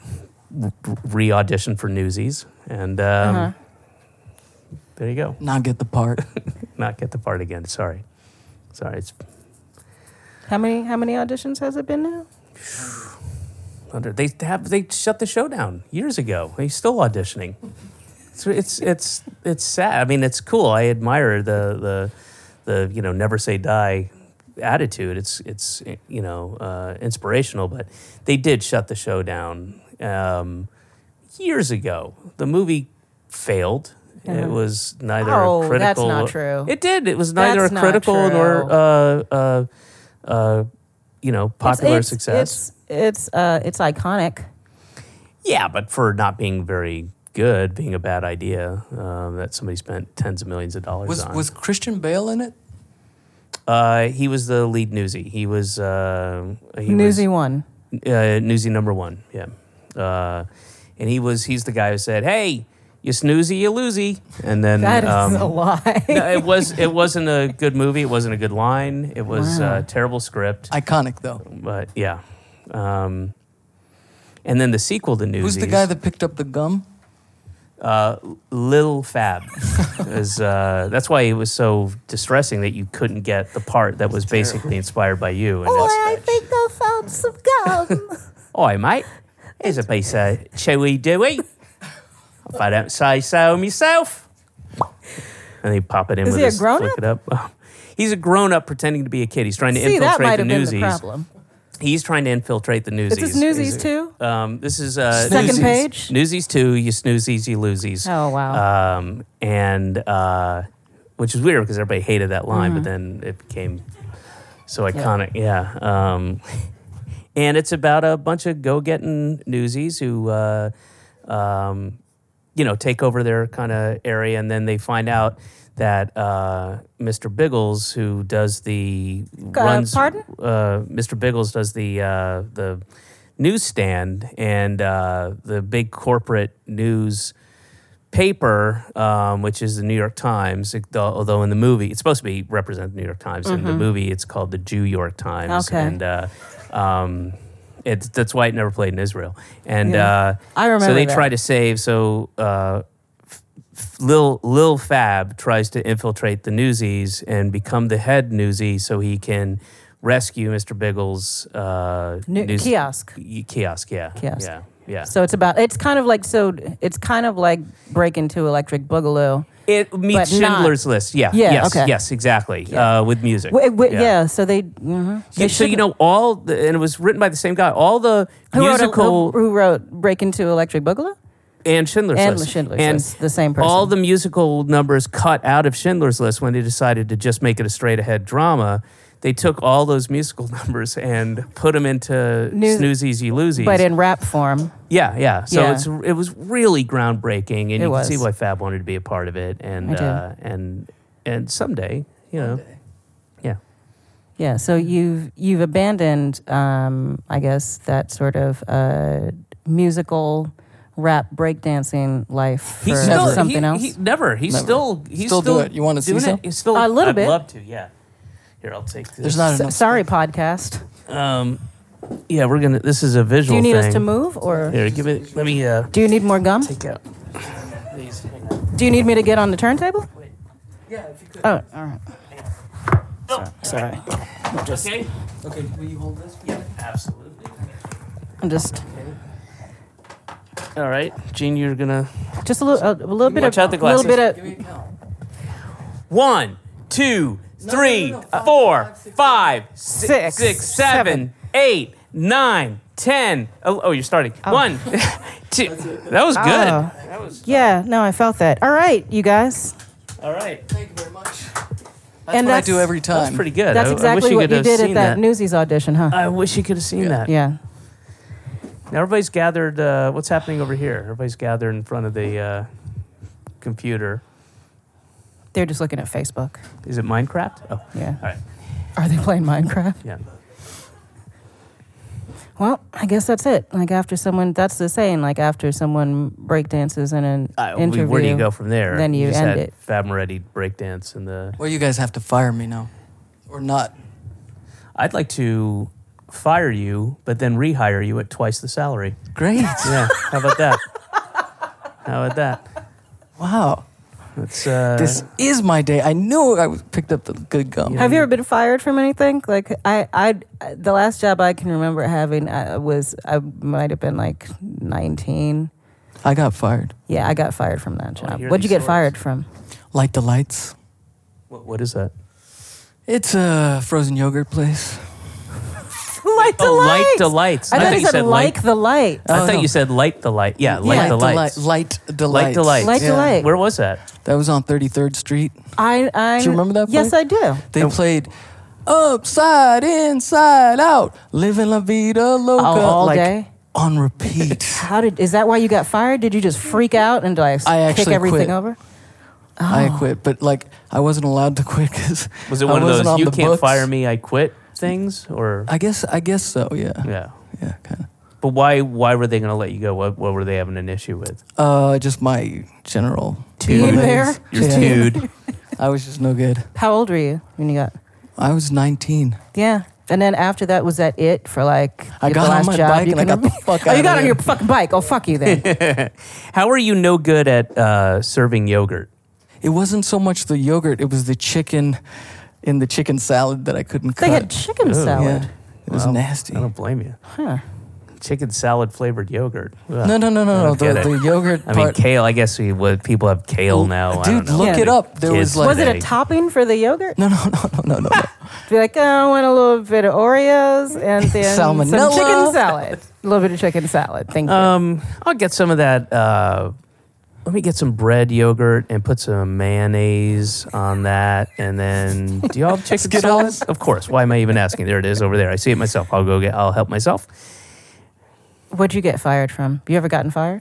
[SPEAKER 5] re audition for Newsies, and um,
[SPEAKER 4] Uh-huh.
[SPEAKER 5] there you go.
[SPEAKER 3] Not get the part.
[SPEAKER 5] Not get the part again. Sorry, sorry. It's
[SPEAKER 4] How many how many auditions has it been now?
[SPEAKER 5] under. They have they shut the show down years ago. They're still auditioning. It's it's it's it's sad. I mean, it's cool. I admire the the the you know never say die attitude. It's it's you know uh, inspirational, but they did shut the show down um, years ago. The movie failed. It was neither
[SPEAKER 4] Uh-huh. Oh, that's
[SPEAKER 5] critical.
[SPEAKER 4] not true.
[SPEAKER 5] It did. It was neither
[SPEAKER 4] That's
[SPEAKER 5] a
[SPEAKER 4] not
[SPEAKER 5] critical nor
[SPEAKER 4] true.
[SPEAKER 5] uh, uh, uh, you know popular
[SPEAKER 4] it's,
[SPEAKER 5] success.
[SPEAKER 4] It's it's uh, it's iconic.
[SPEAKER 5] Yeah, but for not being very good, being a bad idea um, that somebody spent tens of millions of dollars
[SPEAKER 3] Was
[SPEAKER 5] on.
[SPEAKER 3] was Christian Bale in it?
[SPEAKER 5] uh, he was the lead newsie. He was uh, he
[SPEAKER 4] Newsy
[SPEAKER 5] was,
[SPEAKER 4] one.
[SPEAKER 5] uh, newsie number one. Yeah, uh, and he was he's the guy who said, "Hey, you snoozy, you loosey," and then
[SPEAKER 4] That is
[SPEAKER 5] um,
[SPEAKER 4] a lie.
[SPEAKER 5] [LAUGHS] no, it was it wasn't a good movie. It wasn't a good line. It was
[SPEAKER 4] Wow.
[SPEAKER 5] uh, terrible script.
[SPEAKER 3] Iconic though.
[SPEAKER 5] but yeah, um, and then the sequel to Newsies.
[SPEAKER 3] Who's the guy that picked up the gum?
[SPEAKER 5] uh, Lil Fab. [LAUGHS] is, uh, that's why it was so distressing that you couldn't get the part that was basically inspired by you. And
[SPEAKER 4] Boy,
[SPEAKER 5] that's-
[SPEAKER 4] I think I found some [LAUGHS] gum.
[SPEAKER 5] Oi, mate, here's a piece of chewy dewy. If I don't say so myself. And they pop it in
[SPEAKER 4] Is
[SPEAKER 5] with
[SPEAKER 4] he a
[SPEAKER 5] his
[SPEAKER 4] grown-up?
[SPEAKER 5] flick it up. He's a grown up pretending to be a kid. He's trying to
[SPEAKER 4] See, that
[SPEAKER 5] infiltrate
[SPEAKER 4] might
[SPEAKER 5] the
[SPEAKER 4] have been the
[SPEAKER 5] newsies.
[SPEAKER 4] problem.
[SPEAKER 5] He's trying to infiltrate the newsies.
[SPEAKER 4] It's his newsies
[SPEAKER 5] He's-
[SPEAKER 4] too.
[SPEAKER 5] Um, this is uh,
[SPEAKER 4] Second
[SPEAKER 5] Newsies.
[SPEAKER 4] page?
[SPEAKER 5] Newsies two, you snoozies, you loseies.
[SPEAKER 4] Oh, wow.
[SPEAKER 5] Um, and uh, which is weird because everybody hated that line, but
[SPEAKER 4] Mm-hmm.
[SPEAKER 5] then it became so iconic. Yeah. Um, [LAUGHS] and it's about a bunch of go-getting newsies who, uh, um, you know, take over their kind of area, and then they find out that uh, Mr. Biggles, who does the runs,
[SPEAKER 4] pardon?
[SPEAKER 5] uh, Mr. Biggles does the uh, the newsstand and uh, the big corporate news paper, um, which is the New York Times. it- Although in the movie, it's supposed to be represent the New York Times. In the movie, it's called the Jew York Times,
[SPEAKER 4] Mm-hmm. Okay.
[SPEAKER 5] and uh, um, it's that's why it never played in Israel. And
[SPEAKER 4] Yeah.
[SPEAKER 5] uh,
[SPEAKER 4] I remember
[SPEAKER 5] So they
[SPEAKER 4] that.
[SPEAKER 5] try to save. So. Uh, Lil Lil Fab tries to infiltrate the Newsies and become the head Newsie, so he can rescue Mr. Biggles' uh,
[SPEAKER 4] New-
[SPEAKER 5] news-
[SPEAKER 4] kiosk.
[SPEAKER 5] y- Kiosk, yeah,
[SPEAKER 4] Kiosk.
[SPEAKER 5] yeah, yeah.
[SPEAKER 4] So it's about. It's kind of like so. It's kind of like break into Electric Boogaloo.
[SPEAKER 5] It meets
[SPEAKER 4] But not-
[SPEAKER 5] Schindler's List. Yeah.
[SPEAKER 4] Yeah,
[SPEAKER 5] Yes.
[SPEAKER 4] okay.
[SPEAKER 5] Yes. Exactly. Uh, with music.
[SPEAKER 4] W- w- yeah.
[SPEAKER 5] Yeah.
[SPEAKER 4] So they. mhm.
[SPEAKER 5] You-
[SPEAKER 4] They
[SPEAKER 5] so you
[SPEAKER 4] shouldn't-
[SPEAKER 5] know all, the, and it was written by the same guy. All the
[SPEAKER 4] who wrote,
[SPEAKER 5] musical
[SPEAKER 4] who, who wrote Break into Electric Boogaloo?
[SPEAKER 5] and Schindler's
[SPEAKER 4] and
[SPEAKER 5] List
[SPEAKER 4] Schindler's
[SPEAKER 5] and
[SPEAKER 4] List, the same person.
[SPEAKER 5] All the musical numbers cut out of Schindler's List when they decided to just make it a straight ahead drama. They took all those musical [LAUGHS] numbers and put them into
[SPEAKER 4] New-
[SPEAKER 5] Snoozies You Loosies.
[SPEAKER 4] But in rap form.
[SPEAKER 5] Yeah, yeah. So
[SPEAKER 4] Yeah.
[SPEAKER 5] it's it was really groundbreaking, and you can
[SPEAKER 4] was.
[SPEAKER 5] see why Fab wanted to be a part of it, and
[SPEAKER 4] I did.
[SPEAKER 5] uh, and and someday, you know, yeah,
[SPEAKER 4] Yeah, so you've you've abandoned, um, I guess, that sort of uh, musical rap breakdancing life for something
[SPEAKER 5] he,
[SPEAKER 4] else.
[SPEAKER 5] he- never. He's
[SPEAKER 3] Never.
[SPEAKER 5] still he's still,
[SPEAKER 3] Still do it. You wanna see
[SPEAKER 5] doing it.
[SPEAKER 3] some?
[SPEAKER 5] He's still
[SPEAKER 4] A little
[SPEAKER 5] I'd
[SPEAKER 4] bit.
[SPEAKER 5] Love to, yeah. Here, I'll take this.
[SPEAKER 3] There's not
[SPEAKER 4] S-
[SPEAKER 3] enough.
[SPEAKER 4] sorry, podcast.
[SPEAKER 5] Um, yeah, we're gonna. This is a
[SPEAKER 4] Do
[SPEAKER 5] visual.
[SPEAKER 4] you need
[SPEAKER 5] thing.
[SPEAKER 4] us to move, or
[SPEAKER 5] Here, give it. Let me uh,
[SPEAKER 4] do you need more gum?
[SPEAKER 5] take out these. Hang on.
[SPEAKER 4] Do you need me to get on the turntable? Yeah, if you could. Oh, all right. Sorry, sorry.
[SPEAKER 5] Okay.
[SPEAKER 3] Okay, will you hold this?
[SPEAKER 5] Yeah, absolutely.
[SPEAKER 4] I'm just
[SPEAKER 5] All right, Gene, you're gonna
[SPEAKER 4] just a little a, little bit
[SPEAKER 5] Watch
[SPEAKER 4] of
[SPEAKER 5] out the
[SPEAKER 4] little bit
[SPEAKER 5] glasses.
[SPEAKER 4] of
[SPEAKER 5] One, two, three, four, five, si-
[SPEAKER 4] Six,
[SPEAKER 5] six, seven, eight, nine, ten. Oh, oh, you're starting. One, [LAUGHS] two. That was good.
[SPEAKER 4] Oh.
[SPEAKER 5] That was
[SPEAKER 4] yeah. No, I felt that. All right, you guys.
[SPEAKER 5] all right.
[SPEAKER 3] Thank you very much. That's
[SPEAKER 4] And
[SPEAKER 3] what I
[SPEAKER 4] that's-
[SPEAKER 3] do every time.
[SPEAKER 5] That was pretty good.
[SPEAKER 4] That's
[SPEAKER 5] I-
[SPEAKER 4] exactly
[SPEAKER 5] I wish you
[SPEAKER 4] what
[SPEAKER 5] could
[SPEAKER 4] you
[SPEAKER 5] have
[SPEAKER 4] did at
[SPEAKER 5] seen Uh,
[SPEAKER 4] that, Newsies audition, huh?
[SPEAKER 5] I wish you could have seen that.
[SPEAKER 4] yeah.
[SPEAKER 5] Now everybody's gathered. Uh, what's happening over here? Everybody's gathered in front of the uh, computer.
[SPEAKER 4] They're just looking at Facebook.
[SPEAKER 5] Is it Minecraft? Oh, all
[SPEAKER 4] Yeah.
[SPEAKER 5] right.
[SPEAKER 4] Are they playing Minecraft?
[SPEAKER 5] Yeah.
[SPEAKER 4] Well, I guess that's it. Like after someone, that's the saying. Like after someone breakdances in an
[SPEAKER 5] Uh, we-
[SPEAKER 4] interview.
[SPEAKER 5] where do you go from there?
[SPEAKER 4] Then you
[SPEAKER 5] just
[SPEAKER 4] end
[SPEAKER 5] had
[SPEAKER 4] it.
[SPEAKER 5] Fab Moretti breakdance in the
[SPEAKER 3] Well, you guys have to fire me now, or not.
[SPEAKER 5] I'd like to fire you, but then rehire you at twice the salary.
[SPEAKER 3] Great.
[SPEAKER 5] Yeah, how about that? How about that?
[SPEAKER 3] wow.
[SPEAKER 5] That's uh,
[SPEAKER 3] This is my day. I knew I was picked up the good gum.
[SPEAKER 4] Have you ever been fired from anything? Like I, I, the last job I can remember having uh, was I might have been like nineteen.
[SPEAKER 3] I got fired.
[SPEAKER 4] Yeah, I got fired from that
[SPEAKER 5] wanna
[SPEAKER 4] job.
[SPEAKER 5] hear
[SPEAKER 4] What'd you
[SPEAKER 5] these
[SPEAKER 4] get
[SPEAKER 5] stories.
[SPEAKER 4] fired from?
[SPEAKER 3] Light the lights.
[SPEAKER 5] what, what is that?
[SPEAKER 3] It's a frozen yogurt place.
[SPEAKER 4] light the
[SPEAKER 5] Oh, light
[SPEAKER 4] lights.
[SPEAKER 5] the lights.
[SPEAKER 4] I
[SPEAKER 5] I
[SPEAKER 4] thought
[SPEAKER 5] thought
[SPEAKER 4] you
[SPEAKER 5] you
[SPEAKER 4] said,
[SPEAKER 5] said
[SPEAKER 4] like
[SPEAKER 5] light-
[SPEAKER 4] the light.
[SPEAKER 5] I
[SPEAKER 3] Oh,
[SPEAKER 5] thought
[SPEAKER 3] no.
[SPEAKER 5] you said light the light. Yeah, light
[SPEAKER 3] Light
[SPEAKER 5] the lights.
[SPEAKER 3] Deli- light the
[SPEAKER 5] Light
[SPEAKER 3] lights.
[SPEAKER 5] the lights.
[SPEAKER 4] Light the
[SPEAKER 3] Yeah.
[SPEAKER 4] light.
[SPEAKER 5] Where was that?
[SPEAKER 3] That was on 33rd Street.
[SPEAKER 4] I, I.
[SPEAKER 3] Do you remember that
[SPEAKER 4] Yes,
[SPEAKER 3] play?
[SPEAKER 4] I do.
[SPEAKER 3] They played upside, inside, out, living la vida loca.
[SPEAKER 4] Oh, all
[SPEAKER 3] like,
[SPEAKER 4] day?
[SPEAKER 3] On repeat.
[SPEAKER 4] How did? Is that why you got fired? Did you just freak out and like
[SPEAKER 3] I
[SPEAKER 4] kick
[SPEAKER 3] actually
[SPEAKER 4] everything
[SPEAKER 3] quit.
[SPEAKER 4] over?
[SPEAKER 3] I
[SPEAKER 4] Oh.
[SPEAKER 3] quit, but like I wasn't allowed to quit because
[SPEAKER 5] Was it one
[SPEAKER 3] I
[SPEAKER 5] of
[SPEAKER 3] wasn't
[SPEAKER 5] those
[SPEAKER 3] on
[SPEAKER 5] "you
[SPEAKER 3] the
[SPEAKER 5] can't
[SPEAKER 3] books.
[SPEAKER 5] fire me, I quit" things? Or
[SPEAKER 3] I guess I guess so. Yeah.
[SPEAKER 5] yeah,
[SPEAKER 3] Yeah. Kind of.
[SPEAKER 5] but why? Why were they going to let you go? What, what were they having an issue with?
[SPEAKER 3] Uh, just my general.
[SPEAKER 4] Being there?
[SPEAKER 5] Your
[SPEAKER 3] Yeah.
[SPEAKER 5] dude.
[SPEAKER 3] I was just no good.
[SPEAKER 4] How old were you when you got?
[SPEAKER 3] I was 19.
[SPEAKER 4] Yeah. And then after that, was that it for like
[SPEAKER 3] I
[SPEAKER 4] your-
[SPEAKER 3] got
[SPEAKER 4] the
[SPEAKER 3] on
[SPEAKER 4] last
[SPEAKER 3] my
[SPEAKER 4] job?
[SPEAKER 3] bike
[SPEAKER 4] you
[SPEAKER 3] and I
[SPEAKER 4] can-
[SPEAKER 3] got the fuck
[SPEAKER 4] Oh,
[SPEAKER 3] outta
[SPEAKER 4] you got on
[SPEAKER 3] there.
[SPEAKER 4] your fucking bike. Oh, fuck you
[SPEAKER 3] [LAUGHS]
[SPEAKER 4] then.
[SPEAKER 5] How are you no good at uh, serving yogurt?
[SPEAKER 3] It wasn't so much the yogurt; it was the chicken in the chicken salad that I couldn't
[SPEAKER 4] they
[SPEAKER 3] cut.
[SPEAKER 4] had chicken salad.
[SPEAKER 3] Oh, Yeah, it was
[SPEAKER 5] Well,
[SPEAKER 3] nasty.
[SPEAKER 5] I don't blame you.
[SPEAKER 4] Huh.
[SPEAKER 5] Chicken salad flavored yogurt. Ugh.
[SPEAKER 3] No, no,
[SPEAKER 5] I
[SPEAKER 3] no, no, no.
[SPEAKER 5] don't
[SPEAKER 3] The,
[SPEAKER 5] get
[SPEAKER 3] the
[SPEAKER 5] it.
[SPEAKER 3] yogurt
[SPEAKER 5] I mean,
[SPEAKER 3] part.
[SPEAKER 5] kale. I guess we what people have kale now. I don't
[SPEAKER 3] Dude,
[SPEAKER 5] know.
[SPEAKER 3] look
[SPEAKER 5] Maybe
[SPEAKER 3] it up. There
[SPEAKER 5] kids
[SPEAKER 3] was like-
[SPEAKER 4] Was it a
[SPEAKER 5] today.
[SPEAKER 4] topping for the yogurt?
[SPEAKER 3] no, no, no, no, no, no. no.
[SPEAKER 4] [LAUGHS] Be like, oh, I want a little bit of Oreos and then some
[SPEAKER 3] Salmonella. Uh,
[SPEAKER 4] chicken salad. A little bit of chicken salad. Thank you.
[SPEAKER 5] Um, I'll get some of that. Uh, let me get some bread yogurt and put some mayonnaise on that, and then do
[SPEAKER 4] [LAUGHS]
[SPEAKER 5] y'all have chicken salad?
[SPEAKER 3] Skittles?
[SPEAKER 5] Of course. Why am I even asking? There it is over there. I see it myself. I'll go get. I'll help myself.
[SPEAKER 4] What'd you get fired from? You ever gotten fired?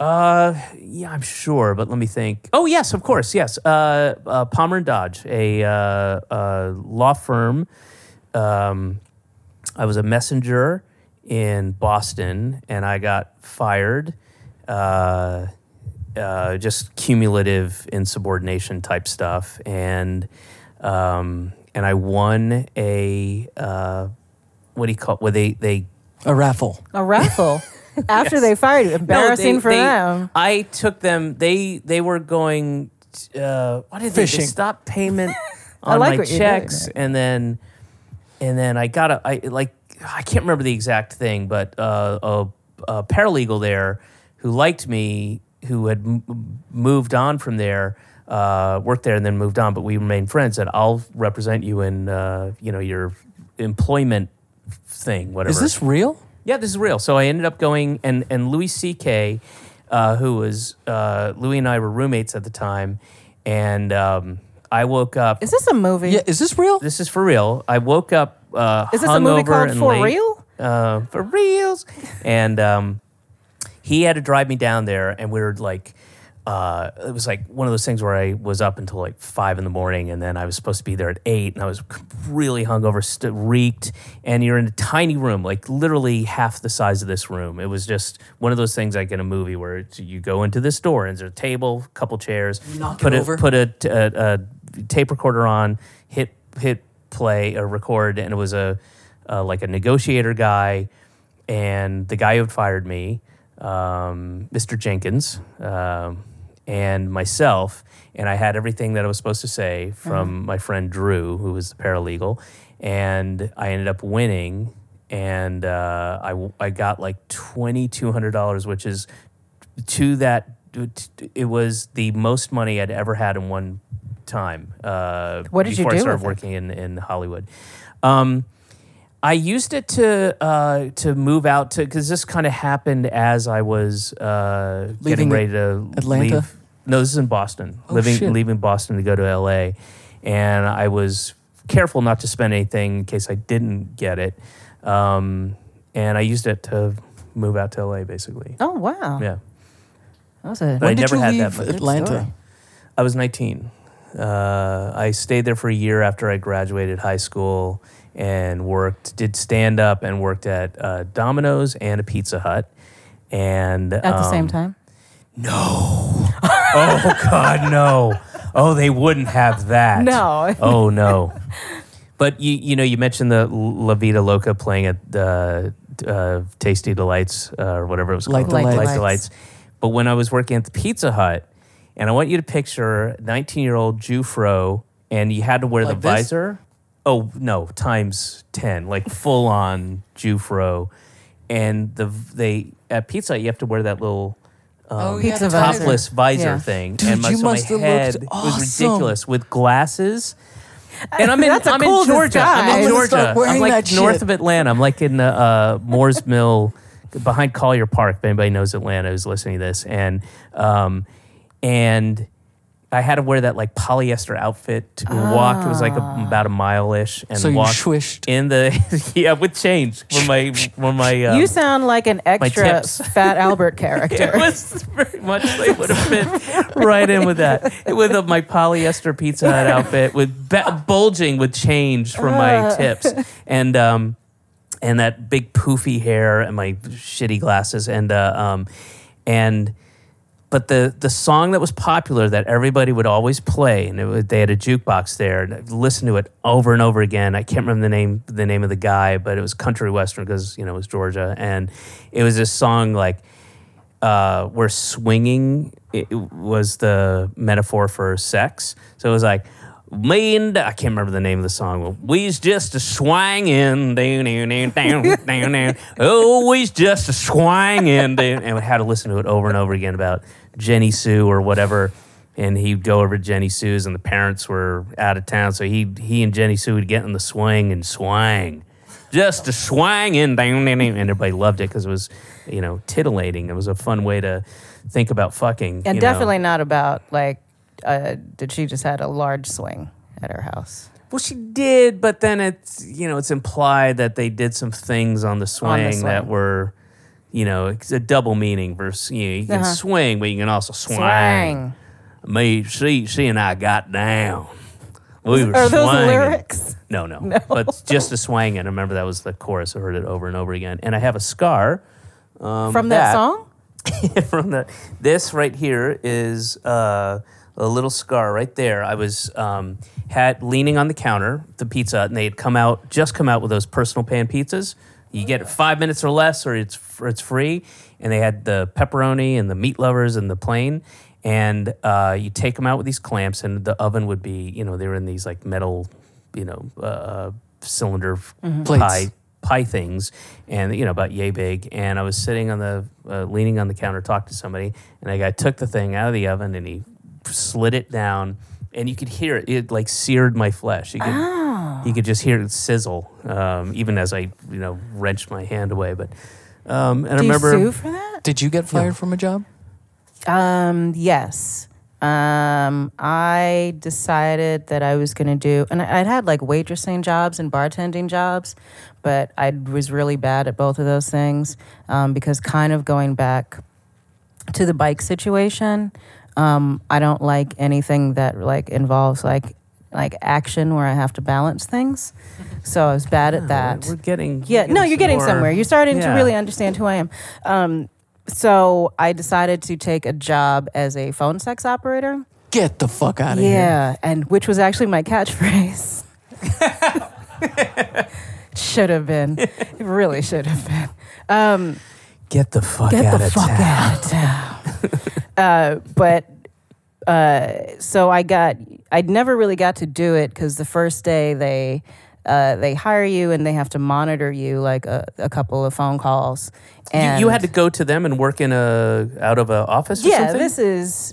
[SPEAKER 5] Uh, yeah, I'm sure, but let me think. Oh, yes, of course, yes. Uh, uh Palmer and Dodge, a uh, uh, law firm. Um, I was a messenger in Boston, and I got fired. Uh, uh, just cumulative insubordination type stuff, and um, and I won a uh, what do you call? Well, they they
[SPEAKER 3] A raffle.
[SPEAKER 4] A
[SPEAKER 3] [LAUGHS]
[SPEAKER 4] raffle. After they fired you.
[SPEAKER 5] no, they-
[SPEAKER 4] Embarrassing for
[SPEAKER 5] they-
[SPEAKER 4] them.
[SPEAKER 5] I took them. They they were going. Uh, what did they, they
[SPEAKER 3] Fishing.
[SPEAKER 5] stop payment
[SPEAKER 4] [LAUGHS] I
[SPEAKER 5] on
[SPEAKER 4] like
[SPEAKER 5] my
[SPEAKER 4] what you're doing
[SPEAKER 5] checks? And then and then I got a I like I can't remember the exact thing, but uh, a, a paralegal there who liked me, who had m- moved on from there. Uh, worked there and then moved on, but we remained friends. And I'll represent you in, uh, you know, your employment thing, whatever.
[SPEAKER 3] Is this real?
[SPEAKER 5] Yeah, this is real. So I ended up going and and Louis C.K., uh, who was uh, Louis and I were roommates at the time, and um, I woke up.
[SPEAKER 4] Is this a movie?
[SPEAKER 3] Yeah. Is this real?
[SPEAKER 5] this is for real. I woke up. Uh,
[SPEAKER 4] Is this a movie
[SPEAKER 5] hungover
[SPEAKER 4] called
[SPEAKER 5] and
[SPEAKER 4] For
[SPEAKER 5] late,
[SPEAKER 4] Real?
[SPEAKER 5] Uh, for reals, and um, he had to drive me down there, and we were like. Uh, it was like one of those things where I was up until like five in the morning, and then I was supposed to be there at eight, and I was really hungover, st- reeked. And you're in a tiny room, like literally half the size of this room. It was just one of those things like in a movie where it's, you go into this door, and there's a table, couple chairs,
[SPEAKER 3] knock
[SPEAKER 5] put
[SPEAKER 3] it
[SPEAKER 5] a,
[SPEAKER 3] over?
[SPEAKER 5] put a, t- a- a tape recorder on, hit hit play or record, and it was a uh, like a negotiator guy, and the guy who had fired me, um, Mr. Jenkins, um, and myself, and I had everything that I was supposed to say from
[SPEAKER 3] Uh-huh.
[SPEAKER 5] my friend Drew, who was the paralegal, and I ended up winning. And uh, I, w- I got like twenty two hundred dollars, which is to that it was the most money I'd ever had in one time. Uh,
[SPEAKER 4] What did you
[SPEAKER 5] before
[SPEAKER 4] do
[SPEAKER 5] I started
[SPEAKER 4] with it?
[SPEAKER 5] working in in Hollywood. Um, I used it to uh, to move out to because this kind of happened as I was uh, getting
[SPEAKER 3] Leaving
[SPEAKER 5] ready to
[SPEAKER 3] Atlanta?
[SPEAKER 5] leave. No, this is in Boston.
[SPEAKER 3] Oh,
[SPEAKER 5] living
[SPEAKER 3] shit.
[SPEAKER 5] leaving Boston to go to LA, and I was careful not to spend anything in case I didn't get it. Um, and I used it to move out to LA basically.
[SPEAKER 4] Oh, wow.
[SPEAKER 5] Yeah.
[SPEAKER 4] That was a
[SPEAKER 5] But I
[SPEAKER 3] did
[SPEAKER 5] never
[SPEAKER 3] you
[SPEAKER 5] had that
[SPEAKER 3] leave
[SPEAKER 5] much.
[SPEAKER 4] Good
[SPEAKER 3] Atlanta?
[SPEAKER 4] story.
[SPEAKER 5] I was 19. Uh, I stayed there for a year after I graduated high school and worked, did stand up and worked at uh, Domino's and a Pizza Hut. And um,
[SPEAKER 4] at the
[SPEAKER 3] um,
[SPEAKER 4] same time.
[SPEAKER 5] oh God, no! Oh, they wouldn't have that.
[SPEAKER 3] [LAUGHS]
[SPEAKER 4] No.
[SPEAKER 5] Oh no. But you you know you mentioned the La Vida Loca playing at the uh, Tasty Delights uh, or whatever it was
[SPEAKER 3] Light
[SPEAKER 5] called.
[SPEAKER 3] Delights.
[SPEAKER 5] Light Delights. But when I was working at the Pizza Hut, and I want you to picture 19 year old Jufro, and you had to wear
[SPEAKER 3] Like
[SPEAKER 5] the
[SPEAKER 3] this?
[SPEAKER 5] visor. Oh no, times 10, like full on Jufro, and the they at Pizza Hut you have to wear that little um,
[SPEAKER 3] Oh,
[SPEAKER 4] yeah, Pizza the visor.
[SPEAKER 5] topless visor
[SPEAKER 4] Yeah.
[SPEAKER 5] thing,
[SPEAKER 3] Dude,
[SPEAKER 5] and my,
[SPEAKER 3] you
[SPEAKER 5] so my
[SPEAKER 3] must have looked
[SPEAKER 5] head was
[SPEAKER 3] awesome.
[SPEAKER 5] ridiculous with glasses. And I'm in,
[SPEAKER 4] That's a
[SPEAKER 5] I'm
[SPEAKER 4] cool
[SPEAKER 5] in Georgia.
[SPEAKER 4] disguise.
[SPEAKER 5] I'm
[SPEAKER 4] I'm
[SPEAKER 5] in
[SPEAKER 4] gonna
[SPEAKER 3] start
[SPEAKER 5] Georgia. I'm
[SPEAKER 3] wearing
[SPEAKER 5] like
[SPEAKER 3] that
[SPEAKER 5] north
[SPEAKER 3] shit.
[SPEAKER 5] of Atlanta. I'm like in the uh, Moores [LAUGHS] Mill behind Collier Park. If anybody knows Atlanta who's listening to this, and um, and I had to wear that like polyester outfit to walk. It was like a, about a mile ish, and
[SPEAKER 3] So you
[SPEAKER 5] walk
[SPEAKER 3] swished.
[SPEAKER 5] in the [LAUGHS] yeah with change when my when my um,
[SPEAKER 4] you sound like an extra
[SPEAKER 5] tips.
[SPEAKER 4] [LAUGHS] Fat Albert character.
[SPEAKER 5] [LAUGHS] It was very much they would have fit right in with that with uh, my polyester Pizza Hut outfit with ba- bulging with change from my tips and um and that big poofy hair and my shitty glasses and uh, um and but the the song that was popular that everybody would always play and it was, they had a jukebox there and I'd listen to it over and over again i can't remember the name the name of the guy but it was country western because you know it was georgia and it was this song like uh, where swinging it it was the metaphor for sex so it was like me and I can't remember the name of the song. But we's just a swangin', down, down, down, down, down, down. Oh, we's just a swangin', down. And we had to listen to it over and over again about Jenny Sue or whatever. And he'd go over to Jenny Sue's, and the parents were out of town, so he he and Jenny Sue would get in the swing and swang, just a swangin', down, down, down. And everybody loved it because it was, you know, titillating. It was a fun way to think about fucking.
[SPEAKER 4] and
[SPEAKER 5] you know.
[SPEAKER 4] definitely not about like uh, that she just had a large swing at her house.
[SPEAKER 5] Well, she did, but then it's you know it's implied that they did some things on the swing,
[SPEAKER 4] On the
[SPEAKER 5] that
[SPEAKER 4] swing.
[SPEAKER 5] were, you know, it's a double meaning. Versus you, know, you can
[SPEAKER 4] Uh-huh.
[SPEAKER 5] swing, but you can also swing.
[SPEAKER 4] Swang.
[SPEAKER 5] Me, she, she and I got down. We were
[SPEAKER 4] Are those the
[SPEAKER 5] swinging.
[SPEAKER 4] lyrics?
[SPEAKER 5] No, no, But just the swanging. I remember that was the chorus. I heard it over and over again, and I have a scar um,
[SPEAKER 4] From that, song?
[SPEAKER 5] [LAUGHS] from the this right here is uh, a little scar right there. I was um, had leaning on the counter, the pizza, Hut, and they had come out just come out with those personal pan pizzas. You get it five minutes or less, or it's f- it's free. And they had the pepperoni and the meat lovers and the plain. And uh, you take them out with these clamps, and the oven would be, you know, they were in these like metal, you know, uh, cylinder
[SPEAKER 3] Plates.
[SPEAKER 5] pie pie things and you know about yay big and i was sitting on the uh, leaning on the counter talking to somebody and a guy took the thing out of the oven and he slid it down and you could hear it it like seared my flesh you could,
[SPEAKER 4] Ah.
[SPEAKER 5] you could just hear it sizzle um, even as i you know wrenched my hand away but um, and
[SPEAKER 4] Do
[SPEAKER 5] i remember
[SPEAKER 4] you sue for that?
[SPEAKER 3] Did you get fired from a job?
[SPEAKER 4] Um, yes. Um, I decided that I was going to do, and I- I'd had like waitressing jobs and bartending jobs, but I was really bad at both of those things um, because kind of going back to the bike situation, um, I don't like anything that like involves like like action where I have to balance things. So I was bad at that.
[SPEAKER 5] oh, we're getting we're
[SPEAKER 4] Yeah, no, you're getting
[SPEAKER 5] more-
[SPEAKER 4] somewhere. You're starting to
[SPEAKER 5] Yeah.
[SPEAKER 4] really understand who I am. Um, so I decided to take a job as a phone sex operator.
[SPEAKER 3] Get the fuck out of here.
[SPEAKER 4] Yeah, and which was actually my catchphrase. [LAUGHS] should have been. It really should have been. Um,
[SPEAKER 5] get the fuck
[SPEAKER 4] get
[SPEAKER 5] out
[SPEAKER 4] the
[SPEAKER 5] of
[SPEAKER 4] fuck
[SPEAKER 5] town
[SPEAKER 4] out of town. [LAUGHS] uh, but uh, so I got, I never really got to do it because the first day they. Uh, they hire you and they have to monitor you like a, a couple of phone calls. And
[SPEAKER 5] you, you had to go to them and work in a out of a office or
[SPEAKER 4] yeah,
[SPEAKER 5] something
[SPEAKER 4] this is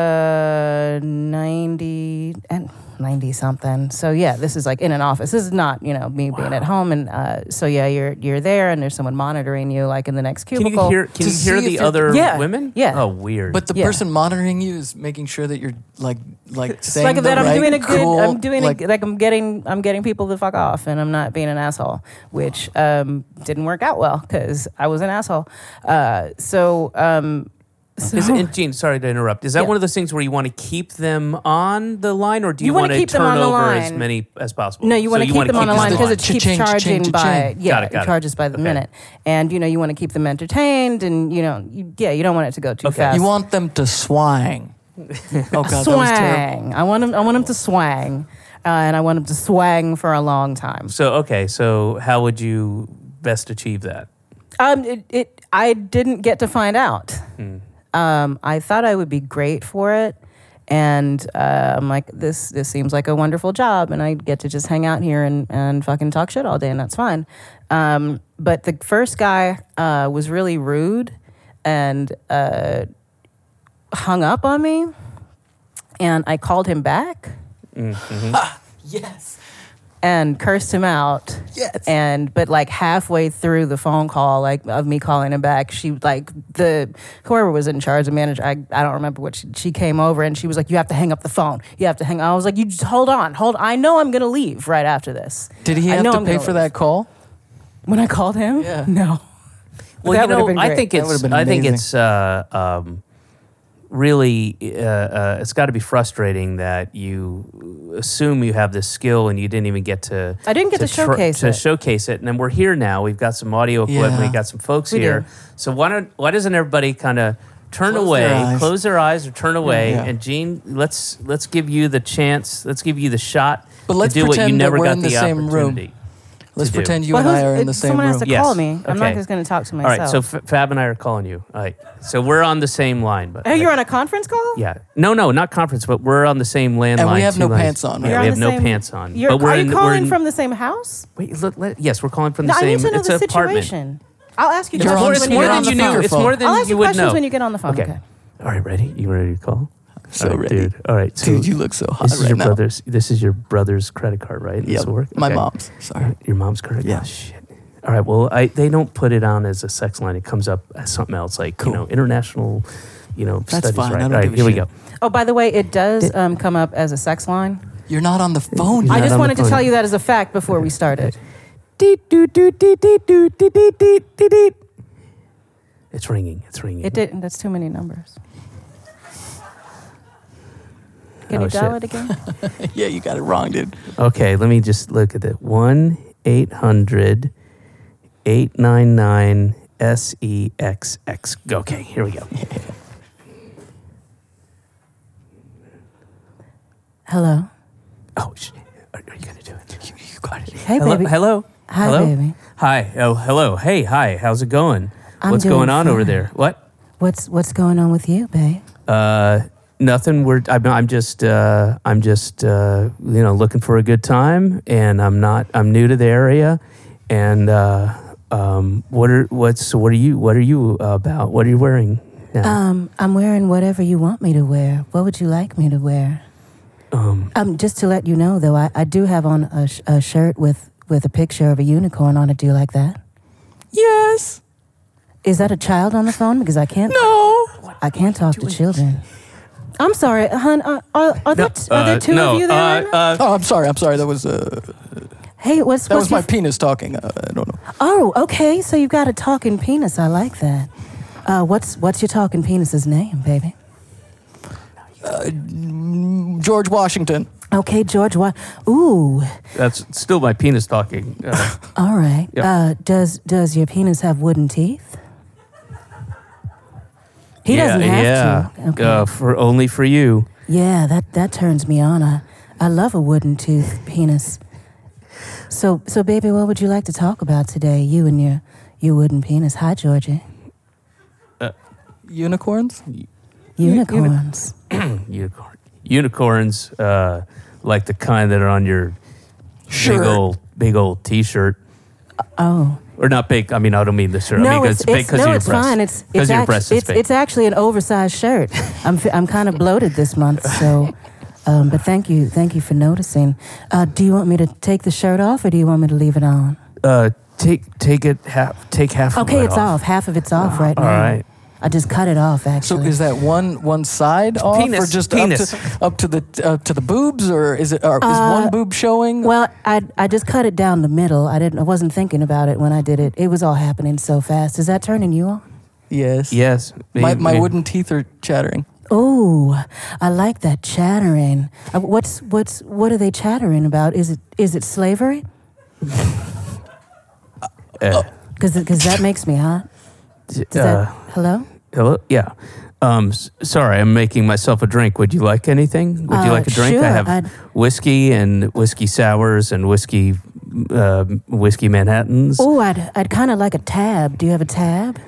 [SPEAKER 4] uh 90 and 90 something. So yeah, this is like in an office. This is not, you know, me being at home and uh, so yeah, you're you're there and there's someone monitoring you like in the next
[SPEAKER 5] can
[SPEAKER 4] cubicle.
[SPEAKER 5] you hear
[SPEAKER 3] To
[SPEAKER 5] can you
[SPEAKER 3] see
[SPEAKER 5] hear
[SPEAKER 3] if
[SPEAKER 5] the
[SPEAKER 3] you're-
[SPEAKER 5] other
[SPEAKER 4] Yeah,
[SPEAKER 5] women
[SPEAKER 4] yeah.
[SPEAKER 5] oh weird
[SPEAKER 3] But the
[SPEAKER 4] Yeah.
[SPEAKER 3] person monitoring you is making sure that you're like like saying
[SPEAKER 4] like
[SPEAKER 3] the
[SPEAKER 4] that
[SPEAKER 3] right,
[SPEAKER 4] I'm doing a good
[SPEAKER 3] cool,
[SPEAKER 4] I'm doing
[SPEAKER 3] like,
[SPEAKER 4] a, like I'm getting I'm getting people the fuck off and I'm not being an asshole, which um, didn't work out well cuz I was an asshole. Uh, so um so
[SPEAKER 5] Is, and Gene, sorry to interrupt. Is that
[SPEAKER 4] Yeah.
[SPEAKER 5] one of those things where you want to keep them on the line, or do you,
[SPEAKER 4] You wanna
[SPEAKER 5] want to
[SPEAKER 4] keep them
[SPEAKER 5] turn
[SPEAKER 4] on the
[SPEAKER 5] over
[SPEAKER 4] line.
[SPEAKER 5] as many as possible?
[SPEAKER 4] No, you
[SPEAKER 5] So
[SPEAKER 4] want to keep
[SPEAKER 5] wanna
[SPEAKER 4] them on the
[SPEAKER 3] them
[SPEAKER 4] line
[SPEAKER 3] on
[SPEAKER 4] because
[SPEAKER 3] the
[SPEAKER 4] it
[SPEAKER 3] line.
[SPEAKER 4] keeps
[SPEAKER 3] Cha-ching, cha-ching,
[SPEAKER 4] charging by
[SPEAKER 3] cha-ching.
[SPEAKER 4] yeah,
[SPEAKER 5] Got it, got it.
[SPEAKER 4] charges by the
[SPEAKER 5] Okay.
[SPEAKER 4] minute, and you know you want to keep them entertained, and you know you, yeah, you don't want it to go too
[SPEAKER 5] Okay.
[SPEAKER 4] fast.
[SPEAKER 3] you want them to swang. [LAUGHS] Oh god, that was terrible.
[SPEAKER 4] swang. I want them. I want them to swang, uh, and I want them to swang for a long time.
[SPEAKER 5] So okay, so how would you best achieve that?
[SPEAKER 4] Um, it, it I didn't get to find out. Um, I thought I would be great for it, and uh, I'm like, this this seems like a wonderful job, and I get to just hang out here and and fucking talk shit all day, and that's fine. Um, but the first guy uh, was really rude and uh, hung up on me, and I called him back
[SPEAKER 3] Yes.
[SPEAKER 4] and cursed him out.
[SPEAKER 3] Yes.
[SPEAKER 4] And but like halfway through the phone call, like of me calling him back, she like the whoever was in charge, the manager, I, I don't remember what she, she came over and she was like, "You have to hang up the phone. You have to hang." I was like, "You just hold on, hold. I know I'm gonna leave right after this."
[SPEAKER 3] Did he
[SPEAKER 4] I
[SPEAKER 3] have
[SPEAKER 4] know
[SPEAKER 3] to
[SPEAKER 4] I'm
[SPEAKER 3] pay
[SPEAKER 4] gonna
[SPEAKER 3] for
[SPEAKER 4] leave.
[SPEAKER 3] that call?
[SPEAKER 4] When I called him,
[SPEAKER 3] Yeah.
[SPEAKER 4] no.
[SPEAKER 5] Well,
[SPEAKER 4] That
[SPEAKER 5] you
[SPEAKER 4] would've
[SPEAKER 5] know,
[SPEAKER 4] been
[SPEAKER 5] I
[SPEAKER 4] great.
[SPEAKER 5] think
[SPEAKER 3] That
[SPEAKER 5] it's
[SPEAKER 3] would've been
[SPEAKER 5] I think
[SPEAKER 3] amazing.
[SPEAKER 5] it's uh, um, really uh, uh, it's got to be frustrating that you assume you have this skill and you didn't even get to.
[SPEAKER 4] I didn't get to
[SPEAKER 5] tr-
[SPEAKER 4] showcase
[SPEAKER 5] to
[SPEAKER 4] it.
[SPEAKER 5] showcase it, and then we're here now. We've got some audio equipment.
[SPEAKER 3] Yeah.
[SPEAKER 5] We got some folks
[SPEAKER 4] We
[SPEAKER 5] here.
[SPEAKER 4] do.
[SPEAKER 5] So why don't why doesn't everybody kind of turn
[SPEAKER 3] Close
[SPEAKER 5] away,
[SPEAKER 3] their eyes.
[SPEAKER 5] close their eyes, or turn away?
[SPEAKER 3] Yeah.
[SPEAKER 5] And Gene, let's let's give you the chance. Let's give you the shot
[SPEAKER 3] But let's
[SPEAKER 5] to do what you
[SPEAKER 3] pretend that
[SPEAKER 5] never
[SPEAKER 3] we're
[SPEAKER 5] got
[SPEAKER 3] in the same room.
[SPEAKER 5] opportunity.
[SPEAKER 3] Let's
[SPEAKER 5] do.
[SPEAKER 3] pretend you
[SPEAKER 4] But
[SPEAKER 3] and I
[SPEAKER 4] who's-
[SPEAKER 3] are in
[SPEAKER 4] it-
[SPEAKER 3] the same
[SPEAKER 4] someone
[SPEAKER 3] room.
[SPEAKER 4] has to
[SPEAKER 5] Yes.
[SPEAKER 4] call me. I'm
[SPEAKER 5] Okay.
[SPEAKER 4] not just gonna talk to
[SPEAKER 5] All
[SPEAKER 4] myself.
[SPEAKER 5] right, so F- Fab and I are calling you. All right, so we're on the same line, but
[SPEAKER 4] oh, you're on a conference call.
[SPEAKER 5] yeah, no, no, not conference, but we're on the same landline.
[SPEAKER 3] we have
[SPEAKER 5] two
[SPEAKER 3] no
[SPEAKER 5] lines.
[SPEAKER 3] pants on,
[SPEAKER 5] Yeah,
[SPEAKER 3] right?
[SPEAKER 4] You're
[SPEAKER 5] we
[SPEAKER 4] on
[SPEAKER 5] have
[SPEAKER 4] the
[SPEAKER 5] no
[SPEAKER 4] same-
[SPEAKER 5] pants on.
[SPEAKER 4] You're,
[SPEAKER 5] but we're
[SPEAKER 4] are you
[SPEAKER 5] in,
[SPEAKER 4] calling
[SPEAKER 5] we're in,
[SPEAKER 4] from the same house?
[SPEAKER 5] Wait, look, let, yes, we're calling from the
[SPEAKER 4] No, I
[SPEAKER 5] same.
[SPEAKER 4] need to know
[SPEAKER 5] it's
[SPEAKER 4] the
[SPEAKER 5] an apartment.
[SPEAKER 4] situation. I'll ask you
[SPEAKER 3] You're
[SPEAKER 5] It's
[SPEAKER 3] on
[SPEAKER 5] more,
[SPEAKER 4] questions
[SPEAKER 3] the
[SPEAKER 4] when
[SPEAKER 5] it's
[SPEAKER 3] phone.
[SPEAKER 5] more
[SPEAKER 4] you're
[SPEAKER 5] than
[SPEAKER 4] on the
[SPEAKER 5] you
[SPEAKER 4] phone.
[SPEAKER 5] knew. It's more than
[SPEAKER 4] I'll ask
[SPEAKER 5] you
[SPEAKER 4] you
[SPEAKER 5] would
[SPEAKER 4] questions
[SPEAKER 5] know.
[SPEAKER 4] when you get on the phone.
[SPEAKER 5] Okay.
[SPEAKER 4] Okay.
[SPEAKER 5] All right, ready? You ready to call?
[SPEAKER 3] so
[SPEAKER 5] All right,
[SPEAKER 3] ready.
[SPEAKER 5] dude. All right, so
[SPEAKER 3] Dude, you look so hot
[SPEAKER 5] this is
[SPEAKER 3] right
[SPEAKER 5] your
[SPEAKER 3] now.
[SPEAKER 5] brother's. This is your brother's credit card, right? This
[SPEAKER 3] Yeah,
[SPEAKER 5] will work?
[SPEAKER 3] my
[SPEAKER 5] Okay.
[SPEAKER 3] mom's. Sorry.
[SPEAKER 5] Your mom's credit card.
[SPEAKER 3] Yeah.
[SPEAKER 5] Oh, shit. All right. Well, I, they don't put it on as a sex line. It comes up as something else, like
[SPEAKER 3] Cool.
[SPEAKER 5] you know, international. You know,
[SPEAKER 3] That's
[SPEAKER 5] studies,
[SPEAKER 3] fine. I
[SPEAKER 5] Right.
[SPEAKER 3] don't
[SPEAKER 5] All right.
[SPEAKER 3] give a
[SPEAKER 5] here we
[SPEAKER 3] shit.
[SPEAKER 5] go.
[SPEAKER 4] Oh, by the way, it does um, come up as a sex line.
[SPEAKER 3] You're not on the phone.
[SPEAKER 5] You're
[SPEAKER 4] I
[SPEAKER 5] not
[SPEAKER 3] yet.
[SPEAKER 5] on
[SPEAKER 4] just
[SPEAKER 5] the
[SPEAKER 4] wanted to
[SPEAKER 5] phone.
[SPEAKER 4] tell you that as a fact before we started.
[SPEAKER 5] Deet, doot, doot, deet, deet, doot, deet, deet, deet, deet, deet. It's ringing. It's ringing.
[SPEAKER 4] It didn't. That's too many numbers. Can
[SPEAKER 5] Oh,
[SPEAKER 4] you dial
[SPEAKER 5] shit.
[SPEAKER 4] it
[SPEAKER 5] [LAUGHS]
[SPEAKER 4] again?
[SPEAKER 3] [LAUGHS] yeah, you got it wrong, dude.
[SPEAKER 5] Okay, let me just look at it. 1 800 899 SEXX. E Okay, here we
[SPEAKER 3] [LAUGHS]
[SPEAKER 5] go.
[SPEAKER 4] Hello.
[SPEAKER 5] Oh, shit. Are, are you going to do it? You, you got it.
[SPEAKER 4] Hey,
[SPEAKER 5] hello,
[SPEAKER 4] baby.
[SPEAKER 5] Hello.
[SPEAKER 4] Hi,
[SPEAKER 5] hello?
[SPEAKER 4] baby.
[SPEAKER 5] Hi. Oh, hello. Hey, hi. How's it going?
[SPEAKER 4] I'm
[SPEAKER 5] What's
[SPEAKER 4] doing
[SPEAKER 5] going on over
[SPEAKER 4] fine.
[SPEAKER 5] there? What?
[SPEAKER 4] What's What's going on with you, babe?
[SPEAKER 5] Uh, nothing. We're, I'm, I'm just, uh, I'm just, uh, you know, looking for a good time and I'm not, I'm new to the area. And, uh, um, what are, what's, what are you, what are you about? What are you wearing? now?
[SPEAKER 4] Um, I'm wearing whatever you want me to wear. What would you like me to wear?
[SPEAKER 5] um,
[SPEAKER 4] Um, just to let you know, though, I, I do have on a, sh- a shirt with with a picture of a unicorn on it. Do you like that?
[SPEAKER 3] Yes.
[SPEAKER 4] Is that a child on the phone? Because I can't.
[SPEAKER 3] No.
[SPEAKER 4] I can't talk to children. I'm sorry, hon. Are, are, are, there, t- are
[SPEAKER 3] uh,
[SPEAKER 4] there two of you there? right now?
[SPEAKER 3] Oh, I'm sorry. I'm sorry. That was uh,
[SPEAKER 4] hey, what's
[SPEAKER 3] that
[SPEAKER 4] what's
[SPEAKER 3] was my
[SPEAKER 4] your-
[SPEAKER 3] penis talking. Uh, I don't know.
[SPEAKER 4] Oh, okay. So you've got a talking penis. I like that. Uh, what's what's your talking penis's name, baby?
[SPEAKER 3] George Washington.
[SPEAKER 4] Okay, George. Why? Ooh.
[SPEAKER 5] that's still my penis talking. Uh,
[SPEAKER 4] All right.
[SPEAKER 5] Yeah.
[SPEAKER 4] Uh, does does your penis have wooden teeth? [LAUGHS] He doesn't have to. Okay.
[SPEAKER 5] Uh, for only for you.
[SPEAKER 4] yeah, that that turns me on. I I love a wooden tooth penis. So so baby, what would you like to talk about today? You and your your wooden penis. Hi, Georgie.
[SPEAKER 3] Unicorns.
[SPEAKER 4] Unicorns.
[SPEAKER 5] Unicorn. Unicorns, uh, like the kind that are on your
[SPEAKER 3] Sure.
[SPEAKER 5] big old big old T-shirt,
[SPEAKER 4] Oh.
[SPEAKER 5] or not big. I mean, I don't mean the shirt. I mean,
[SPEAKER 4] No,
[SPEAKER 5] 'cause
[SPEAKER 4] it's,
[SPEAKER 5] it's big
[SPEAKER 4] it's,
[SPEAKER 5] 'cause of
[SPEAKER 4] no,
[SPEAKER 5] your
[SPEAKER 4] it's
[SPEAKER 5] breasts.
[SPEAKER 4] fine. It's
[SPEAKER 5] 'Cause
[SPEAKER 4] it's,
[SPEAKER 5] of your
[SPEAKER 4] act-
[SPEAKER 5] breasts is
[SPEAKER 4] it's,
[SPEAKER 5] big.
[SPEAKER 4] it's actually an oversized shirt. I'm fe- I'm kind of bloated this month, so. Um, but thank you, thank you for noticing. Uh, do you want me to take the shirt off, or do you want me to leave it on?
[SPEAKER 5] uh, take take it half. Take half. of
[SPEAKER 4] Okay,
[SPEAKER 5] it
[SPEAKER 4] it's off. Half of it's off right
[SPEAKER 5] all
[SPEAKER 4] now.
[SPEAKER 5] right.
[SPEAKER 4] I just cut it off
[SPEAKER 3] So
[SPEAKER 4] actually.
[SPEAKER 3] is that one one side off,
[SPEAKER 5] Penis,
[SPEAKER 3] or just
[SPEAKER 5] penis.
[SPEAKER 3] up to up to the up to the boobs, or is it or is one boob showing?
[SPEAKER 4] Uh, well, I I just cut it down the middle. I didn't. I wasn't thinking about it when I did it. It was all happening so fast. Is that turning you on?
[SPEAKER 3] yes.
[SPEAKER 5] Yes.
[SPEAKER 3] My
[SPEAKER 5] Maybe-
[SPEAKER 3] my wooden teeth are chattering.
[SPEAKER 4] Oh, I like that chattering. Uh, What's what's what are they chattering about? Is it is it slavery?
[SPEAKER 5] Uh,
[SPEAKER 4] Because that makes me hot. Does
[SPEAKER 5] uh,
[SPEAKER 4] Oh, that, hello?
[SPEAKER 5] Hello. Yeah. Um, s- sorry, I'm making myself a drink. Would you like anything? Would you
[SPEAKER 4] Uh,
[SPEAKER 5] like a drink?
[SPEAKER 4] sure,
[SPEAKER 5] I have
[SPEAKER 4] I'd-
[SPEAKER 5] whiskey and whiskey sours and whiskey uh, whiskey Manhattans.
[SPEAKER 4] Oh, I'd, I'd kind of like a tab. Do you have a tab?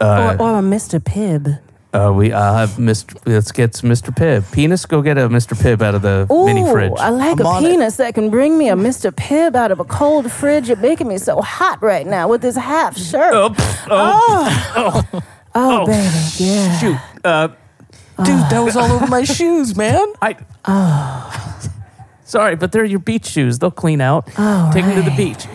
[SPEAKER 5] Uh,
[SPEAKER 4] or, or a Mr. Pibb?
[SPEAKER 5] uh, we I'll have Mr. Let's get some Mr. Pibb. Penis, go get a Mr. Pibb out of the mini
[SPEAKER 4] Ooh,
[SPEAKER 5] fridge.
[SPEAKER 4] I like
[SPEAKER 3] I'm
[SPEAKER 4] a
[SPEAKER 3] on it.
[SPEAKER 4] penis that can bring me a Mr. Pibb out of a cold fridge. You're making me so hot right now with this half shirt.
[SPEAKER 5] Oh,
[SPEAKER 4] Oh,
[SPEAKER 5] pff,
[SPEAKER 4] oh, baby, yeah.
[SPEAKER 5] Oh. shoot. Uh,
[SPEAKER 4] [LAUGHS] Oh.
[SPEAKER 3] Dude, that was all over my shoes, man.
[SPEAKER 5] I. [LAUGHS] Sorry, but they're your beach shoes. They'll clean out.
[SPEAKER 4] All
[SPEAKER 5] Take them to
[SPEAKER 4] right.
[SPEAKER 5] the
[SPEAKER 4] Oh,
[SPEAKER 5] beach.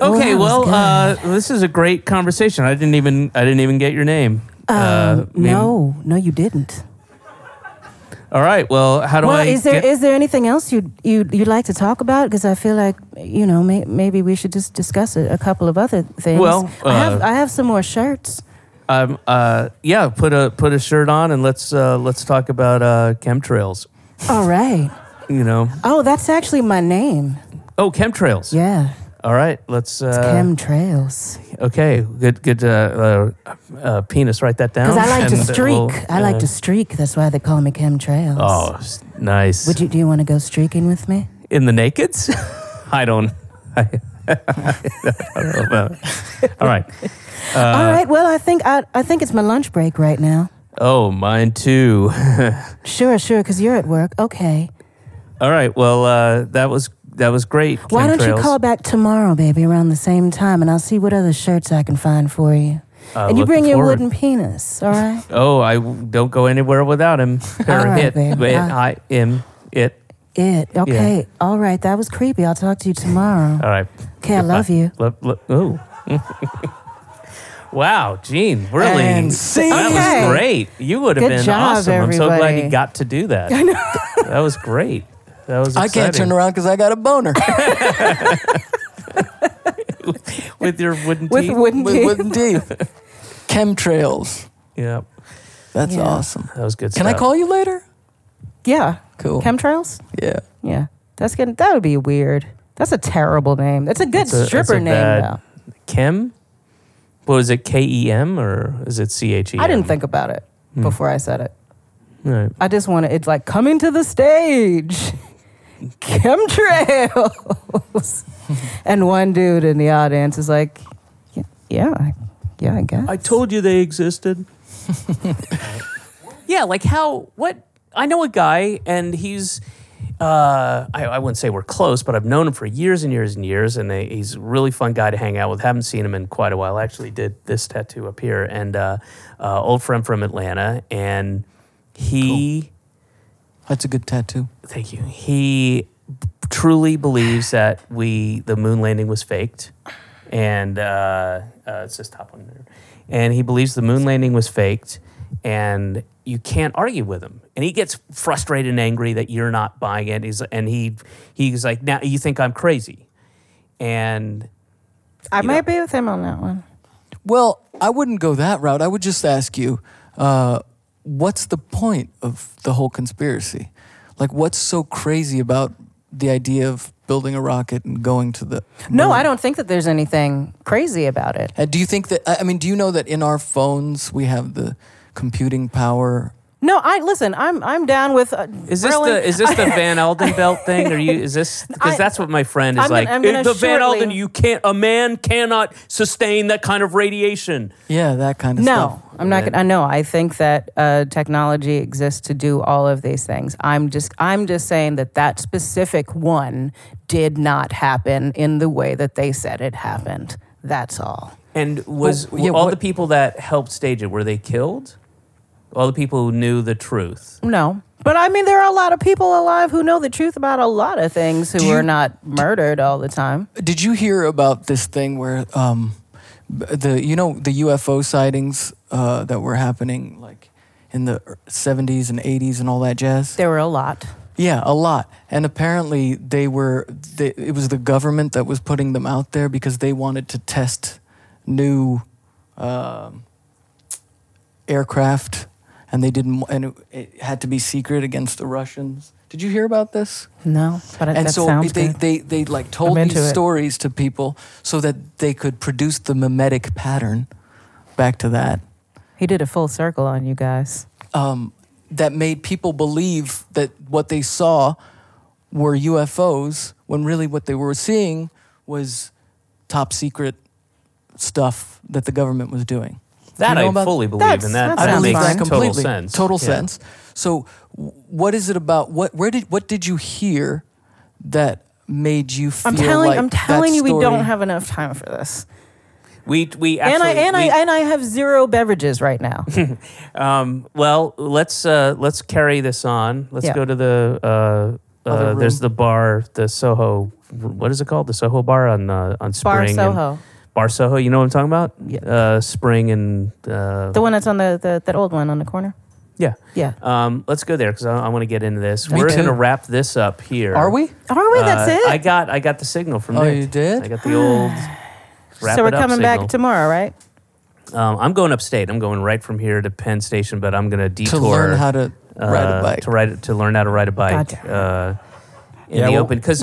[SPEAKER 5] Okay,
[SPEAKER 4] that was
[SPEAKER 5] well,
[SPEAKER 4] good.
[SPEAKER 5] uh, this is a great conversation. I didn't even I didn't even get your name. Uh,
[SPEAKER 4] Um,
[SPEAKER 5] maybe-
[SPEAKER 4] no, no, you didn't.
[SPEAKER 5] All right. Well, how do
[SPEAKER 4] Well,
[SPEAKER 5] I?
[SPEAKER 4] is there is
[SPEAKER 5] get-
[SPEAKER 4] there anything else you you you'd like to talk about? Because I feel like you know may, maybe we should just discuss a, a couple of other things.
[SPEAKER 5] Well,
[SPEAKER 4] I have
[SPEAKER 5] uh,
[SPEAKER 4] I have some more shirts.
[SPEAKER 5] um, uh, yeah, put a put a shirt on and let's uh, let's talk about uh, chemtrails.
[SPEAKER 4] All right.
[SPEAKER 5] You know,
[SPEAKER 4] Oh, that's actually my name.
[SPEAKER 5] oh chemtrails.
[SPEAKER 4] Yeah,
[SPEAKER 5] All right, let's. Uh,
[SPEAKER 4] it's chemtrails.
[SPEAKER 5] okay, good good uh, uh, uh, penis. Write that down.
[SPEAKER 4] Because I like to
[SPEAKER 5] and
[SPEAKER 4] streak.
[SPEAKER 5] we'll,
[SPEAKER 4] I like
[SPEAKER 5] uh,
[SPEAKER 4] to streak. That's why they call me chemtrails.
[SPEAKER 5] Oh, s- nice.
[SPEAKER 4] Would you do you want to go streaking with me?
[SPEAKER 5] in the nakeds? I don't. I, [LAUGHS] I don't know. All right. Uh,
[SPEAKER 4] All right. Well, I think I I think it's my lunch break right now.
[SPEAKER 5] Oh, mine too. [LAUGHS]
[SPEAKER 4] Sure, sure. Because you're at work. Okay.
[SPEAKER 5] All right. Well, uh, that was that was great.
[SPEAKER 4] Why don't you
[SPEAKER 5] chemtrails.
[SPEAKER 4] call back tomorrow, baby, around the same time, and I'll see what other shirts I can find for you.
[SPEAKER 5] Uh,
[SPEAKER 4] and you
[SPEAKER 5] looking
[SPEAKER 4] bring your
[SPEAKER 5] forward.
[SPEAKER 4] wooden penis, all right?
[SPEAKER 5] Oh, I w- don't go anywhere without
[SPEAKER 4] [LAUGHS]
[SPEAKER 5] him. Or
[SPEAKER 4] right,
[SPEAKER 5] hit.
[SPEAKER 4] babe.
[SPEAKER 5] It,
[SPEAKER 4] Uh,
[SPEAKER 5] I am it.
[SPEAKER 4] It. Okay. All right. That was creepy. I'll talk to you tomorrow.
[SPEAKER 5] All right.
[SPEAKER 4] Okay. I love you.
[SPEAKER 5] Lo- lo- ooh. wow, Gene, really?
[SPEAKER 3] And scene.
[SPEAKER 5] That
[SPEAKER 4] Okay.
[SPEAKER 5] was great. You would have
[SPEAKER 4] Good
[SPEAKER 5] been
[SPEAKER 4] job,
[SPEAKER 5] awesome. I'm so glad you
[SPEAKER 4] everybody.
[SPEAKER 5] got to do that. I know. That was great. That was.
[SPEAKER 3] I
[SPEAKER 5] Exciting.
[SPEAKER 3] can't turn around because I got a
[SPEAKER 4] [LAUGHS]
[SPEAKER 3] boner
[SPEAKER 5] with your wooden teeth.
[SPEAKER 4] wooden
[SPEAKER 3] with wooden teeth. Chemtrails.
[SPEAKER 5] yeah,
[SPEAKER 3] That's
[SPEAKER 4] Yeah.
[SPEAKER 3] awesome.
[SPEAKER 5] that was good.
[SPEAKER 3] Can
[SPEAKER 5] stuff.
[SPEAKER 3] I call you later?
[SPEAKER 4] [LAUGHS] Yeah.
[SPEAKER 3] Cool.
[SPEAKER 4] Chemtrails?
[SPEAKER 3] yeah.
[SPEAKER 4] Yeah. That's good. That would be weird. That's a terrible name. That's a good
[SPEAKER 5] That's a- that's
[SPEAKER 4] stripper
[SPEAKER 5] a
[SPEAKER 4] name,
[SPEAKER 5] bad-
[SPEAKER 4] though.
[SPEAKER 5] Kim? What was it? K E M or is it C H E?
[SPEAKER 4] I didn't think about it
[SPEAKER 5] Hmm.
[SPEAKER 4] before I said it.
[SPEAKER 5] All right.
[SPEAKER 4] I just wanted it's like coming to the stage,
[SPEAKER 5] [LAUGHS]
[SPEAKER 4] chemtrails, [LAUGHS] and one dude in the audience is like, "Y- yeah, I- yeah, I guess.
[SPEAKER 5] I told you they existed. yeah, like how? What? I know a guy, and he's. Uh, I, I wouldn't say we're close, but I've known him for years and years and years, and they, he's a really fun guy to hang out with. Haven't seen him in quite a while. I actually did this tattoo up here, and uh, uh, old friend from Atlanta, and he.
[SPEAKER 3] That's a good tattoo.
[SPEAKER 5] Thank you. He b- truly believes that we the moon landing was faked, and uh, uh, it's this top one there. And he believes the moon landing was faked, and you can't argue with him. And he gets frustrated and angry that you're not buying it. He's and he he's like, now you think I'm crazy, and
[SPEAKER 4] I might be with him on that one.
[SPEAKER 3] Well, I wouldn't go that route. I would just ask you, uh, what's the point of the whole conspiracy? Like, what's so crazy about the idea of building a rocket and going to the?
[SPEAKER 4] No,
[SPEAKER 5] Hmm.
[SPEAKER 3] moon?
[SPEAKER 4] I don't think that there's anything crazy about it.
[SPEAKER 3] Uh, do you think that? I I mean, do you know that in our phones we have the computing power?
[SPEAKER 4] No, I listen. I'm I'm down with. Uh,
[SPEAKER 5] Is this
[SPEAKER 4] really-
[SPEAKER 5] the is this the
[SPEAKER 4] [LAUGHS]
[SPEAKER 5] Van Alden belt thing? Or you is this because
[SPEAKER 4] I-
[SPEAKER 5] that's what my friend is
[SPEAKER 4] I'm gonna-
[SPEAKER 5] like?
[SPEAKER 4] I'm gonna
[SPEAKER 5] the Van
[SPEAKER 4] shortly-
[SPEAKER 5] Alden, you can't. A man cannot sustain that kind of radiation.
[SPEAKER 3] Yeah, that kind of
[SPEAKER 4] No,
[SPEAKER 3] stuff.
[SPEAKER 4] I'm not. Gonna, I know. I think that uh, technology exists to do all of these things. I'm just, I'm just saying that that specific one did not happen in the way that they said it happened. That's all.
[SPEAKER 5] And
[SPEAKER 4] Oh,
[SPEAKER 5] was
[SPEAKER 3] Well, yeah,
[SPEAKER 5] all
[SPEAKER 3] what-
[SPEAKER 5] the people that helped stage it were they killed? All the people who knew the truth.
[SPEAKER 4] No, but I mean, there are a lot of people alive who know the truth about a lot of things who
[SPEAKER 3] Do you-
[SPEAKER 4] are not murdered all the time.
[SPEAKER 3] Did you hear about this thing where um, b- the you know the UFO sightings uh, that were happening like in the 70s and 80s and all that jazz?
[SPEAKER 4] There were a lot.
[SPEAKER 3] Yeah, a lot. And apparently they were they, it was the government that was putting them out there because they wanted to test new um, aircraft and they didn't and it, it had to be secret against the Russians. Did you hear about this?
[SPEAKER 4] No, but it,
[SPEAKER 3] and
[SPEAKER 4] that
[SPEAKER 3] so
[SPEAKER 4] sounds
[SPEAKER 3] they,
[SPEAKER 4] good.
[SPEAKER 3] they they like told
[SPEAKER 4] I'm
[SPEAKER 3] these
[SPEAKER 4] into it.
[SPEAKER 3] stories to people so that they could produce the mimetic pattern back to that
[SPEAKER 4] he did a full circle on you guys.
[SPEAKER 3] um, that made people believe that what they saw were UFOs when really what they were seeing was top secret stuff that the government was doing.
[SPEAKER 5] That
[SPEAKER 3] know
[SPEAKER 5] I
[SPEAKER 3] about-
[SPEAKER 5] fully believe,
[SPEAKER 4] That's-
[SPEAKER 5] and
[SPEAKER 4] that
[SPEAKER 5] that, that
[SPEAKER 4] sounds
[SPEAKER 5] makes
[SPEAKER 4] fine.
[SPEAKER 5] total sense.
[SPEAKER 3] Total
[SPEAKER 5] Yeah.
[SPEAKER 3] sense. So, w- what is it about? What where did what did you hear that made you feel
[SPEAKER 4] I'm telling,
[SPEAKER 3] like
[SPEAKER 4] I'm
[SPEAKER 3] that
[SPEAKER 4] telling you, we don't
[SPEAKER 3] story-
[SPEAKER 4] have enough time for this.
[SPEAKER 5] We we actually
[SPEAKER 4] and I and
[SPEAKER 5] we-
[SPEAKER 4] I and I have zero beverages right now.
[SPEAKER 5] Um, well, let's uh, let's carry this on. Let's
[SPEAKER 4] Yeah.
[SPEAKER 5] go to the uh, Uh,
[SPEAKER 3] Other
[SPEAKER 5] there's
[SPEAKER 3] room.
[SPEAKER 5] the bar, the Soho. What is it called? The Soho Bar on uh, on Spring.
[SPEAKER 4] Bar
[SPEAKER 5] and-
[SPEAKER 4] Soho,
[SPEAKER 5] bar Soho. You know what I'm talking about?
[SPEAKER 4] Yep.
[SPEAKER 5] Uh, Spring and uh,
[SPEAKER 4] the one that's on the, the that old one on the corner.
[SPEAKER 5] yeah.
[SPEAKER 4] Yeah,
[SPEAKER 5] Um, let's go there because I, I want to get into this.
[SPEAKER 3] Me
[SPEAKER 5] We're
[SPEAKER 3] too.
[SPEAKER 5] gonna wrap this up here.
[SPEAKER 3] Are we?
[SPEAKER 4] are we? Oh, That's
[SPEAKER 5] Uh,
[SPEAKER 4] it.
[SPEAKER 5] I got I got the signal from
[SPEAKER 3] Oh,
[SPEAKER 5] Nick.
[SPEAKER 3] you did?
[SPEAKER 5] I got the
[SPEAKER 4] [SIGHS]
[SPEAKER 5] old. Wrap
[SPEAKER 4] so we're
[SPEAKER 5] it up
[SPEAKER 4] coming
[SPEAKER 5] signal.
[SPEAKER 4] back tomorrow, right?
[SPEAKER 5] Um, I'm going upstate. I'm going right from here to Penn Station, but I'm going to
[SPEAKER 3] To
[SPEAKER 5] detour
[SPEAKER 3] learn how to ride
[SPEAKER 5] uh,
[SPEAKER 3] a bike.
[SPEAKER 5] to ride to learn how to ride a bike
[SPEAKER 4] Goddamn.
[SPEAKER 5] uh, in
[SPEAKER 2] Yeah,
[SPEAKER 5] the
[SPEAKER 2] well-
[SPEAKER 5] open because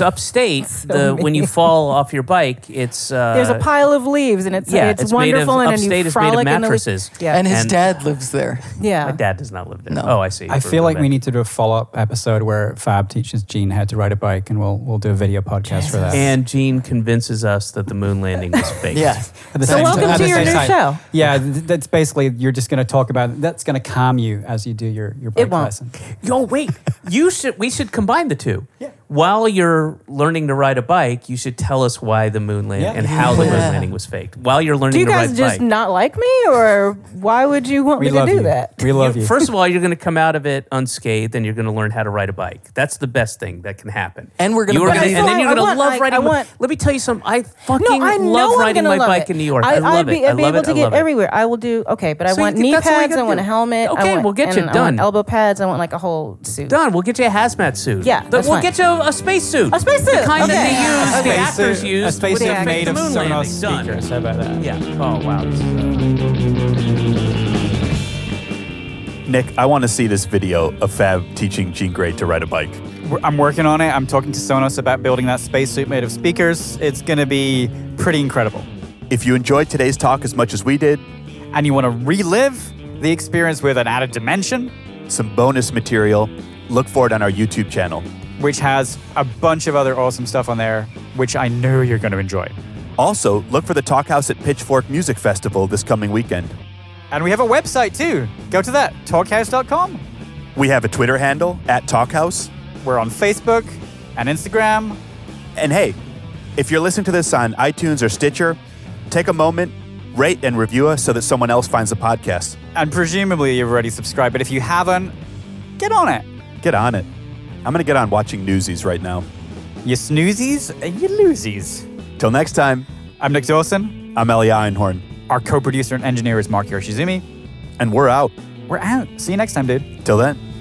[SPEAKER 4] [LAUGHS]
[SPEAKER 5] upstate,
[SPEAKER 4] So
[SPEAKER 5] the when you
[SPEAKER 4] mean.
[SPEAKER 5] fall off your bike, it's uh,
[SPEAKER 4] There's a pile of leaves, and it's
[SPEAKER 5] yeah,
[SPEAKER 4] it's,
[SPEAKER 5] it's made of-
[SPEAKER 4] wonderful, and then
[SPEAKER 5] upstate
[SPEAKER 4] you
[SPEAKER 5] is made of
[SPEAKER 4] frolic in the leaves.
[SPEAKER 5] mattresses.
[SPEAKER 4] Yeah,
[SPEAKER 3] And his
[SPEAKER 5] And-
[SPEAKER 3] dad lives there.
[SPEAKER 4] yeah.
[SPEAKER 5] My dad does not live there.
[SPEAKER 3] No.
[SPEAKER 5] Oh, I see.
[SPEAKER 2] I feel like we need to do a follow up episode where Fab teaches Gene how to ride a bike, and we'll we'll do a video podcast for that.
[SPEAKER 5] And Gene convinces us that the moon landing
[SPEAKER 3] [LAUGHS]
[SPEAKER 5] was fake.
[SPEAKER 3] Yeah.
[SPEAKER 2] At the
[SPEAKER 4] So
[SPEAKER 2] same
[SPEAKER 4] welcome
[SPEAKER 2] time- at
[SPEAKER 4] to
[SPEAKER 2] the
[SPEAKER 4] your
[SPEAKER 2] same
[SPEAKER 4] new
[SPEAKER 2] time-
[SPEAKER 4] show.
[SPEAKER 2] Yeah, th- that's basically you're just going to talk about that's going to calm you as you do your your bike
[SPEAKER 4] won't.
[SPEAKER 2] lesson.
[SPEAKER 5] Yo,
[SPEAKER 2] [LAUGHS]
[SPEAKER 5] wait. You should. We should combine the two.
[SPEAKER 2] Yeah.
[SPEAKER 5] While you're learning to ride a bike, you should tell us why the moon landing
[SPEAKER 2] Yeah.
[SPEAKER 5] and how the moon
[SPEAKER 3] Yeah.
[SPEAKER 5] landing was faked. While you're learning
[SPEAKER 4] Do you
[SPEAKER 5] to ride
[SPEAKER 4] guys just
[SPEAKER 5] bike.
[SPEAKER 4] not like me, or why would you want
[SPEAKER 2] We
[SPEAKER 4] me to
[SPEAKER 2] love
[SPEAKER 4] do
[SPEAKER 2] you.
[SPEAKER 4] that?
[SPEAKER 2] We love you.
[SPEAKER 5] First of all, you're going to come out of it unscathed, and you're going to learn how to ride a bike. That's the best thing that can happen.
[SPEAKER 3] And we're gonna
[SPEAKER 5] You are
[SPEAKER 3] believe-
[SPEAKER 5] and then you're
[SPEAKER 4] I
[SPEAKER 5] going
[SPEAKER 4] want-
[SPEAKER 5] to love
[SPEAKER 4] I-
[SPEAKER 5] riding.
[SPEAKER 4] I
[SPEAKER 5] my-
[SPEAKER 4] want-
[SPEAKER 5] Let me tell you something. I fucking
[SPEAKER 4] [LAUGHS] no, I know
[SPEAKER 5] love
[SPEAKER 4] I'm
[SPEAKER 5] riding
[SPEAKER 4] gonna
[SPEAKER 5] my
[SPEAKER 4] love
[SPEAKER 5] bike
[SPEAKER 4] it.
[SPEAKER 5] in New York. I,
[SPEAKER 4] I, would
[SPEAKER 5] love
[SPEAKER 4] be,
[SPEAKER 5] it. I
[SPEAKER 4] I'd be
[SPEAKER 5] love
[SPEAKER 4] able
[SPEAKER 5] it.
[SPEAKER 4] to
[SPEAKER 5] I
[SPEAKER 4] get
[SPEAKER 5] love it.
[SPEAKER 4] everywhere. I will do okay, but I
[SPEAKER 5] So you
[SPEAKER 4] want
[SPEAKER 5] think
[SPEAKER 4] knee
[SPEAKER 5] that's all you
[SPEAKER 4] pads.
[SPEAKER 5] gotta
[SPEAKER 4] I want a
[SPEAKER 5] do?
[SPEAKER 4] helmet.
[SPEAKER 5] Okay,
[SPEAKER 4] I want,
[SPEAKER 5] we'll get
[SPEAKER 4] and
[SPEAKER 5] you
[SPEAKER 4] I want
[SPEAKER 5] done.
[SPEAKER 4] elbow pads. I want like a whole suit.
[SPEAKER 5] Done. We'll get you a hazmat suit.
[SPEAKER 4] Yeah,
[SPEAKER 5] But
[SPEAKER 4] that's
[SPEAKER 5] we'll
[SPEAKER 4] fine.
[SPEAKER 5] get you a, a space suit.
[SPEAKER 4] A space
[SPEAKER 5] The
[SPEAKER 4] suit,
[SPEAKER 5] kind
[SPEAKER 4] okay.
[SPEAKER 5] that they use, the actors
[SPEAKER 2] suit-
[SPEAKER 5] use.
[SPEAKER 2] a space
[SPEAKER 5] when they
[SPEAKER 2] suit
[SPEAKER 5] fake
[SPEAKER 2] made
[SPEAKER 5] the
[SPEAKER 2] of
[SPEAKER 5] moon
[SPEAKER 2] Sonos
[SPEAKER 5] landing. Done.
[SPEAKER 2] speakers. How about that?
[SPEAKER 5] Yeah. Oh wow. This is, uh,
[SPEAKER 1] Nick, I want to see this video of Fab teaching Gene Gray to ride a bike.
[SPEAKER 2] We're- I'm working on it. I'm talking to Sonos about building that spacesuit made of speakers. It's going to be pretty incredible.
[SPEAKER 1] If you enjoyed today's talk as much as we did,
[SPEAKER 2] And you want to relive the experience with an added dimension,
[SPEAKER 1] some bonus material, look for it on our YouTube channel.
[SPEAKER 2] which has a bunch of other awesome stuff on there, which I know you're going to enjoy.
[SPEAKER 1] Also, look for the Talk House at Pitchfork Music Festival this coming weekend.
[SPEAKER 2] And we have a website too. Go to that, talkhouse.com.
[SPEAKER 1] We have a Twitter handle at Talk House.
[SPEAKER 2] We're on Facebook and Instagram.
[SPEAKER 1] And hey, if you're listening to this on iTunes or Stitcher, take a moment, rate and review us so that someone else finds the podcast.
[SPEAKER 2] And presumably you've already subscribed, but if you haven't, get on it.
[SPEAKER 1] Get on it. I'm going to get on watching Newsies right now.
[SPEAKER 2] You snoozies and you losies.
[SPEAKER 1] Till next time,
[SPEAKER 2] I'm Nick Dawson.
[SPEAKER 1] I'm Ellie Einhorn,
[SPEAKER 2] Our co producer and engineer is Mark Yoshizumi.
[SPEAKER 1] and we're out.
[SPEAKER 2] We're out. See you next time, dude.
[SPEAKER 1] Till then.